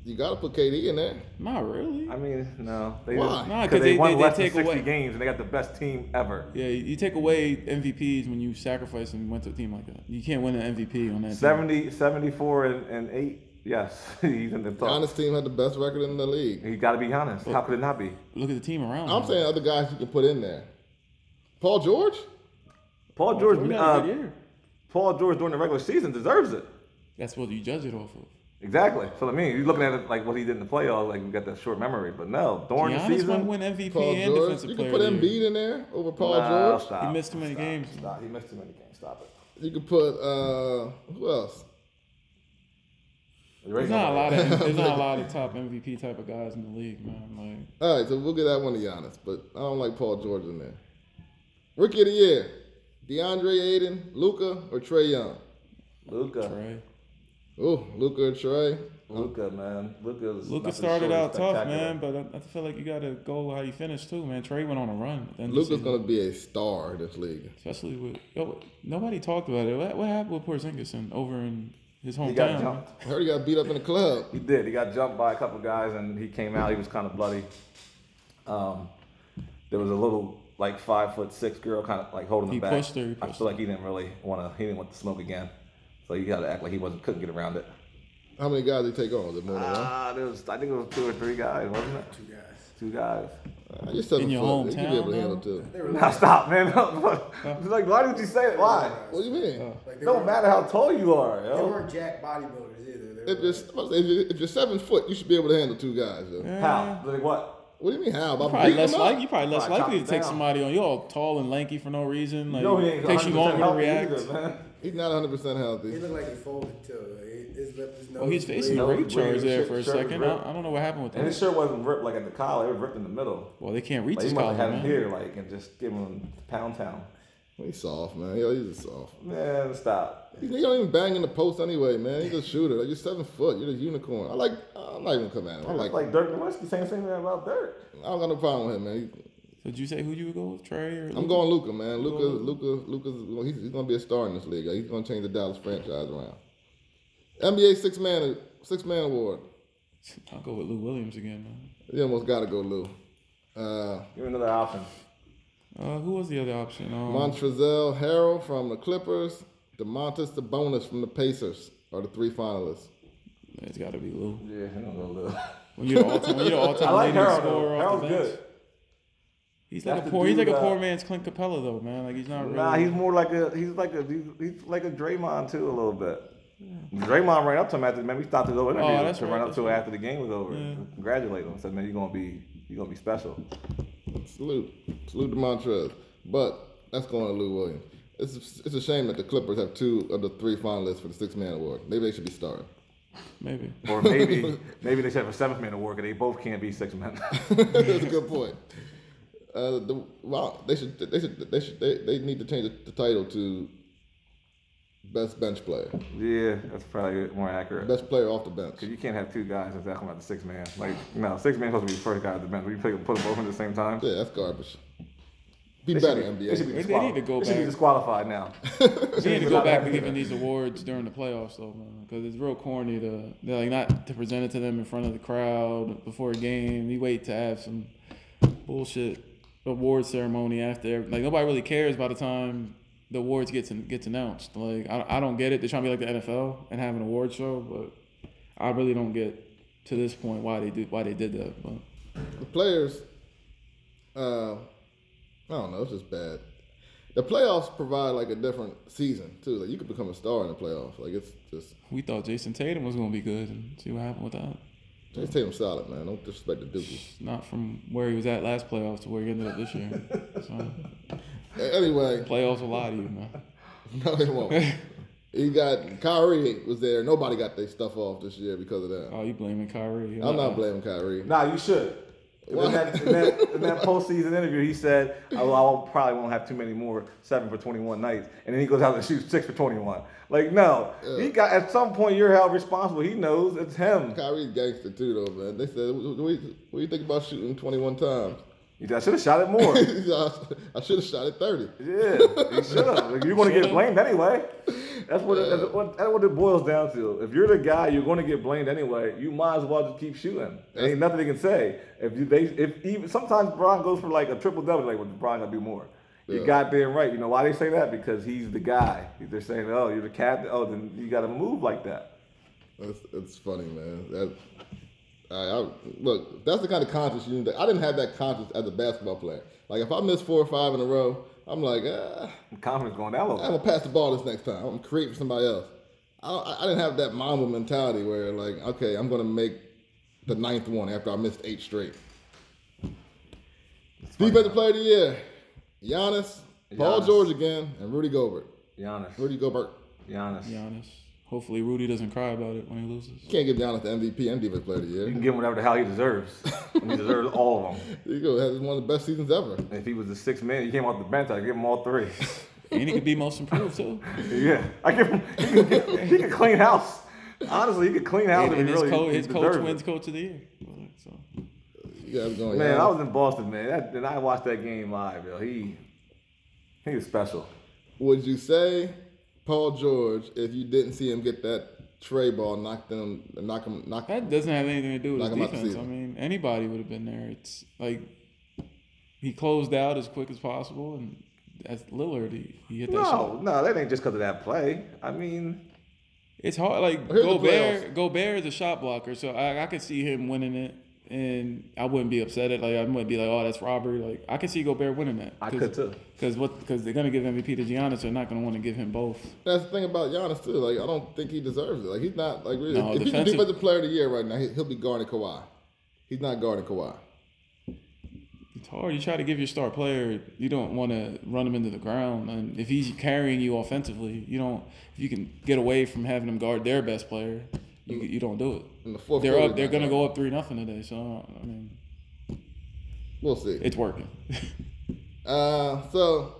S1: You got to put KD in there.
S2: Not really.
S3: I mean, no. They
S1: Why?
S3: just-
S1: Nah,
S2: 'cause they-
S3: won
S2: they- they
S3: less than
S2: take
S3: 60
S2: away.
S3: games and they got the best team ever.
S2: Yeah, you take away MVPs when you sacrifice and went to a team like that. You can't win an MVP on that. team.
S3: 70, 74 and, and 8. Yes, [laughs] he's in the top.
S1: Giannis' team had the best record in the league.
S3: You got to be honest. How could it not be?
S2: Look at the team around.
S1: I'm
S2: him.
S1: saying other guys you can put in there. Paul George?
S3: Paul
S2: George
S3: George,
S2: had a good
S3: uh,
S2: year.
S3: Paul George during the regular season deserves it.
S2: That's what you judge it off of.
S3: Exactly. So I mean, you're looking at it like what he did in the playoffs. Like we got that short memory, but no, during
S2: Giannis
S3: the
S2: might
S3: season,
S2: win MVP
S1: Paul
S2: and
S1: George?
S2: defensive
S1: You
S2: player.
S1: can put
S2: of the year.
S1: Embiid in there over Paul
S3: Nah,
S1: George.
S3: Stop.
S2: He missed too many
S3: Stop.
S2: games.
S3: Stop. He missed too many games. Stop it.
S1: You could put, uh, who else?
S2: There's not a lot of there's not a lot of top MVP type of guys in the league, man.
S1: All right, so we'll get that one to Giannis, but I don't like Paul George in there. Rookie of the year, DeAndre Aiden, Luca, or Trey Young?
S2: Like,
S3: Luca.
S2: right?
S1: Oh, Luca or Trey?
S3: Luca, man. Luca.
S2: Luca started out tough, man, but I, I feel like you gotta go how you finished too, man. Trey went on a run. at the end of the
S1: Luca's
S2: season.
S1: gonna be a star in this league.
S2: especially with yo, nobody talked about it. What, what happened with Porzingis in, over in his hometown?
S3: He got jumped.
S1: I heard he got beat up in the club.
S3: He did. He got jumped by a couple guys, and he came out. He was kind of bloody. Um, there was a little like five foot six girl, kind of like holding
S2: He
S3: him back.
S2: pushed her, he
S3: I
S2: pushed
S3: feel like he didn't really want to. He didn't want the smoke again, so he had to act like he wasn't couldn't get around it.
S1: How many guys they take on? Is it more than one?
S3: Ah, there was. I think it was two or three guys, wasn't it?
S5: Two guys.
S3: Two guys.
S1: Ah, You're seven
S2: In your
S1: foot. You can be able
S2: hometown,
S1: to handle
S2: though?
S1: two.
S5: They were
S3: Now stop, man. [laughs] It's like, why did you say it? Why?
S1: What do you mean?
S2: Uh,
S5: like,
S3: It
S5: they
S3: don't
S5: weren't-
S3: matter how tall you are.
S5: They
S3: Yo.
S5: weren't jack bodybuilders either. They
S1: If
S5: were,
S1: you're, I'm about to say, if you're- if you're seven foot, you should be able to handle two guys. Yo.
S3: How? Like what?
S1: What do you mean how? By
S2: Probably
S1: beating
S2: less
S1: them up?
S2: like you probably less
S3: Probably
S2: likely to
S3: chop
S2: take
S3: down.
S2: somebody on. You're all tall and lanky for no reason. Like
S3: You know he ain't
S2: takes you
S3: 100%
S2: longer to
S3: healthy
S2: react.
S3: either, man.
S1: He's not 100 percent
S5: he
S1: healthy.
S5: looked like he folded too. Like, he- his lip, his nose.
S2: oh, he's
S5: was
S2: facing
S5: red.
S2: a
S3: No,
S2: rape
S3: he-
S2: charge
S3: his
S2: there
S3: shirt-
S2: for a
S3: shirt was
S2: second.
S3: ripped.
S2: I, I don't know what happened with
S3: And his
S2: that.
S3: shirt wasn't ripped like at the collar; it was ripped in the middle.
S2: Well, they can't reach
S3: Like,
S2: his
S3: he must
S2: collar,
S3: have had him
S2: man.
S3: here, like, and just give him pound town.
S1: He's soft, man. Yo, he's just soft.
S3: Man, stop.
S1: He he don't even bang in the post anyway, man. He's a shooter. Like, you're seven foot. You're the unicorn. I like. I'm not even coming at him. I like.
S3: Like, like Dirk Nowitzki, same thing about Dirk.
S1: I don't got no problem with him, man. He-
S2: So did you say who you would go with, Trey or?
S1: I'm going Luca, man. Luca, Luca, Luca. He's, he's gonna be a star in this league. He's gonna change the Dallas franchise around. NBA six man, six man award.
S2: I'll go with Lou Williams again, man.
S1: You almost gotta go Lou. Uh,
S3: Give him another option.
S2: Uh, who was the other option? Um,
S1: Montrezl Harrell from the Clippers, Demontis Sabonis from the Pacers are the three finalists.
S2: it's got to be Lou.
S3: Yeah, I don't know,
S2: [laughs]
S3: Lil.
S2: When you're the all-time, when you're the
S3: [laughs] I
S2: all-time
S3: like
S2: leading
S3: Harold.
S2: scorer
S3: though.
S2: off the
S3: Harold's
S2: bench.
S3: good.
S2: He's like
S3: That's
S2: a
S3: the
S2: poor. He's like
S3: dude,
S2: a
S3: uh,
S2: poor man's Clint Capella, though, man. Like he's not really.
S3: Nah, he's more like a he's like a he's, he's like a Draymond too a little bit. Draymond ran up to him after man, we stopped his little interview
S2: Oh, that's
S3: to
S2: right,
S3: run up
S2: that's
S3: to him
S2: right.
S3: after the game was over. and Congratulate him. Said, man, you're gonna be you're gonna be special.
S1: Salute, salute to Montrez. But that's going to Lou Williams. It's it's a shame that the Clippers have two of the three finalists for the six man award. Maybe they should be starting.
S2: maybe. [laughs]
S3: Or maybe maybe they should have a seventh man award because they both can't be six men.
S1: [laughs] That's a good point. Uh, the, wow, they should they should they should they, they need to change the, the title to best bench player,
S3: [laughs] yeah, that's probably more accurate.
S1: best player off the bench.
S3: Because you can't have two guys that's talking about the six man. Like no, six man supposed to be the first guy at the bench. But you put, put them both in at the same time.
S1: Yeah, that's garbage. Be
S3: They should
S1: better,
S3: be-
S1: NBA.
S3: They should be,
S2: They need
S3: disqual-
S2: to go
S3: they should be
S2: back.
S3: disqualified now.
S1: [laughs]
S2: We need to go back to giving these awards during the playoffs, though, man, because it's real corny to they're like not to present it to them in front of the crowd before a game. You wait to have some bullshit award ceremony after. Like nobody really cares by the time the awards gets gets announced. Like I, I don't get it. They're trying to be like the NFL and have an award show, but I really don't get to this point why they did why they did that. But
S1: The players, uh, I don't know, it's just bad. The playoffs provide like a different season too. Like you could become a star in the playoffs. Like it's just
S2: we thought Jason Tatum was gonna be good, and see what happened with that.
S1: just take them solid, man. Don't disrespect the Dukies.
S2: Not from where he was at last playoffs to where he ended up this year. So
S1: A- Anyway,
S2: playoffs will lie to you, man.
S1: [laughs] no, they won't. He got Kyrie was there. Nobody got their stuff off this year because of that.
S2: Oh, you blaming Kyrie?
S1: I'm not blaming Kyrie.
S3: Nah, you should. In that, in, that, in that postseason interview, he said, oh, I won't- probably won't have too many more seven for 21 nights. And then he goes out and shoots six for 21. Like, no. He got, at some point, you're held responsible. He knows it's him.
S1: Kyrie's gangster too, though, man. They said, "What, what, what do you think about shooting 21 times?" [laughs]
S3: He said, I should have shot it more.
S1: He said, I, should have shot at 30.
S3: yeah, he should have. Like, you're going to get blamed anyway. That's what, it, that's, what, that's what it boils down to. If you're the guy, you're going to get blamed anyway. You might as well just keep shooting. There ain't nothing they can say. If you, they, if even sometimes Bron goes for like a triple double, like well, Bron gonna do more.
S1: Yeah.
S3: You got goddamn right. You know why they say that? Because he's the guy. They're saying, oh, you're the captain. Oh, then you got to move like that.
S1: That's, that's funny, man. That, I, I, look, that's the kind of conscience you need. I didn't have that conscience as a basketball player. Like if I miss four or five in a row, I'm like, ah,
S3: Confidence going down a
S1: I'm
S3: little. bit.
S1: gonna pass the ball this next time. I'm gonna create for somebody else. I, I- I didn't have that Mamba mentality where like, okay, I'm gonna make the ninth one after I missed eight straight. Defensive Player of the Year, Giannis, Paul
S3: Giannis.
S1: George again, and Rudy Gobert.
S3: Giannis.
S1: Rudy Gobert
S3: Giannis.
S2: Giannis. Hopefully, Rudy doesn't cry about it when he loses.
S1: can't give Giannis the MVP and Defensive Player of the
S3: You
S1: Year.
S3: can give him whatever the hell he deserves. he deserves all of them.
S1: He go has one of the best seasons ever.
S3: And if he was the sixth man, he came off the bench. I'd give him all three.
S2: And he could be most improved too.
S3: yeah, I give him. He could, get- he could clean house. Honestly, he could clean house
S2: And,
S3: if
S2: and
S3: he
S2: his
S3: really
S2: co-
S3: he
S2: his coach
S3: deserved it.
S2: wins coach of the year. So
S1: You guys going?
S3: Man,
S1: Giannis.
S3: I was in Boston, man, that, and I watched that game live. Yo, he he was special.
S1: Would you say Paul George if you didn't see him get that tray ball knocked him, knock him, knock?
S2: that doesn't have anything to do with
S1: Knock him out
S2: his
S1: the
S2: defense. I
S1: season.
S2: mean, anybody would have been there. It's like he closed out as quick as possible, and as Lillard, he, he hit that shot.
S3: No, no, that ain't just because of that play. I mean,
S2: It's hard. Like
S1: Here's the
S2: Gobert, Gobert is a shot blocker, so I, I could see him winning it, and I wouldn't be upset at like I wouldn't be like, oh, that's robbery. Like I could see Gobert winning that.
S3: I could too.
S2: Because what? Because they're gonna give MVP to Giannis, they're not gonna want to give him both.
S1: That's the thing about Giannis too. Like I don't think he deserves it. Like he's not like really.
S2: No,
S1: if he's the
S2: defensive-
S1: defensive player of the year right now, he, he'll be guarding Kawhi. He's not guarding Kawhi.
S2: It's hard. You try to give your star player, you don't want to run him into the ground, and if he's carrying you offensively, you don't. If you can get away from having him guard their best player, you you don't do
S1: In the
S2: it.
S1: fourth
S2: They're
S1: quarter,
S2: up. They're
S1: not
S2: gonna
S1: guarding.
S2: go up three nothing today. So I mean,
S1: We'll see.
S2: [laughs] it's working.
S1: Uh, so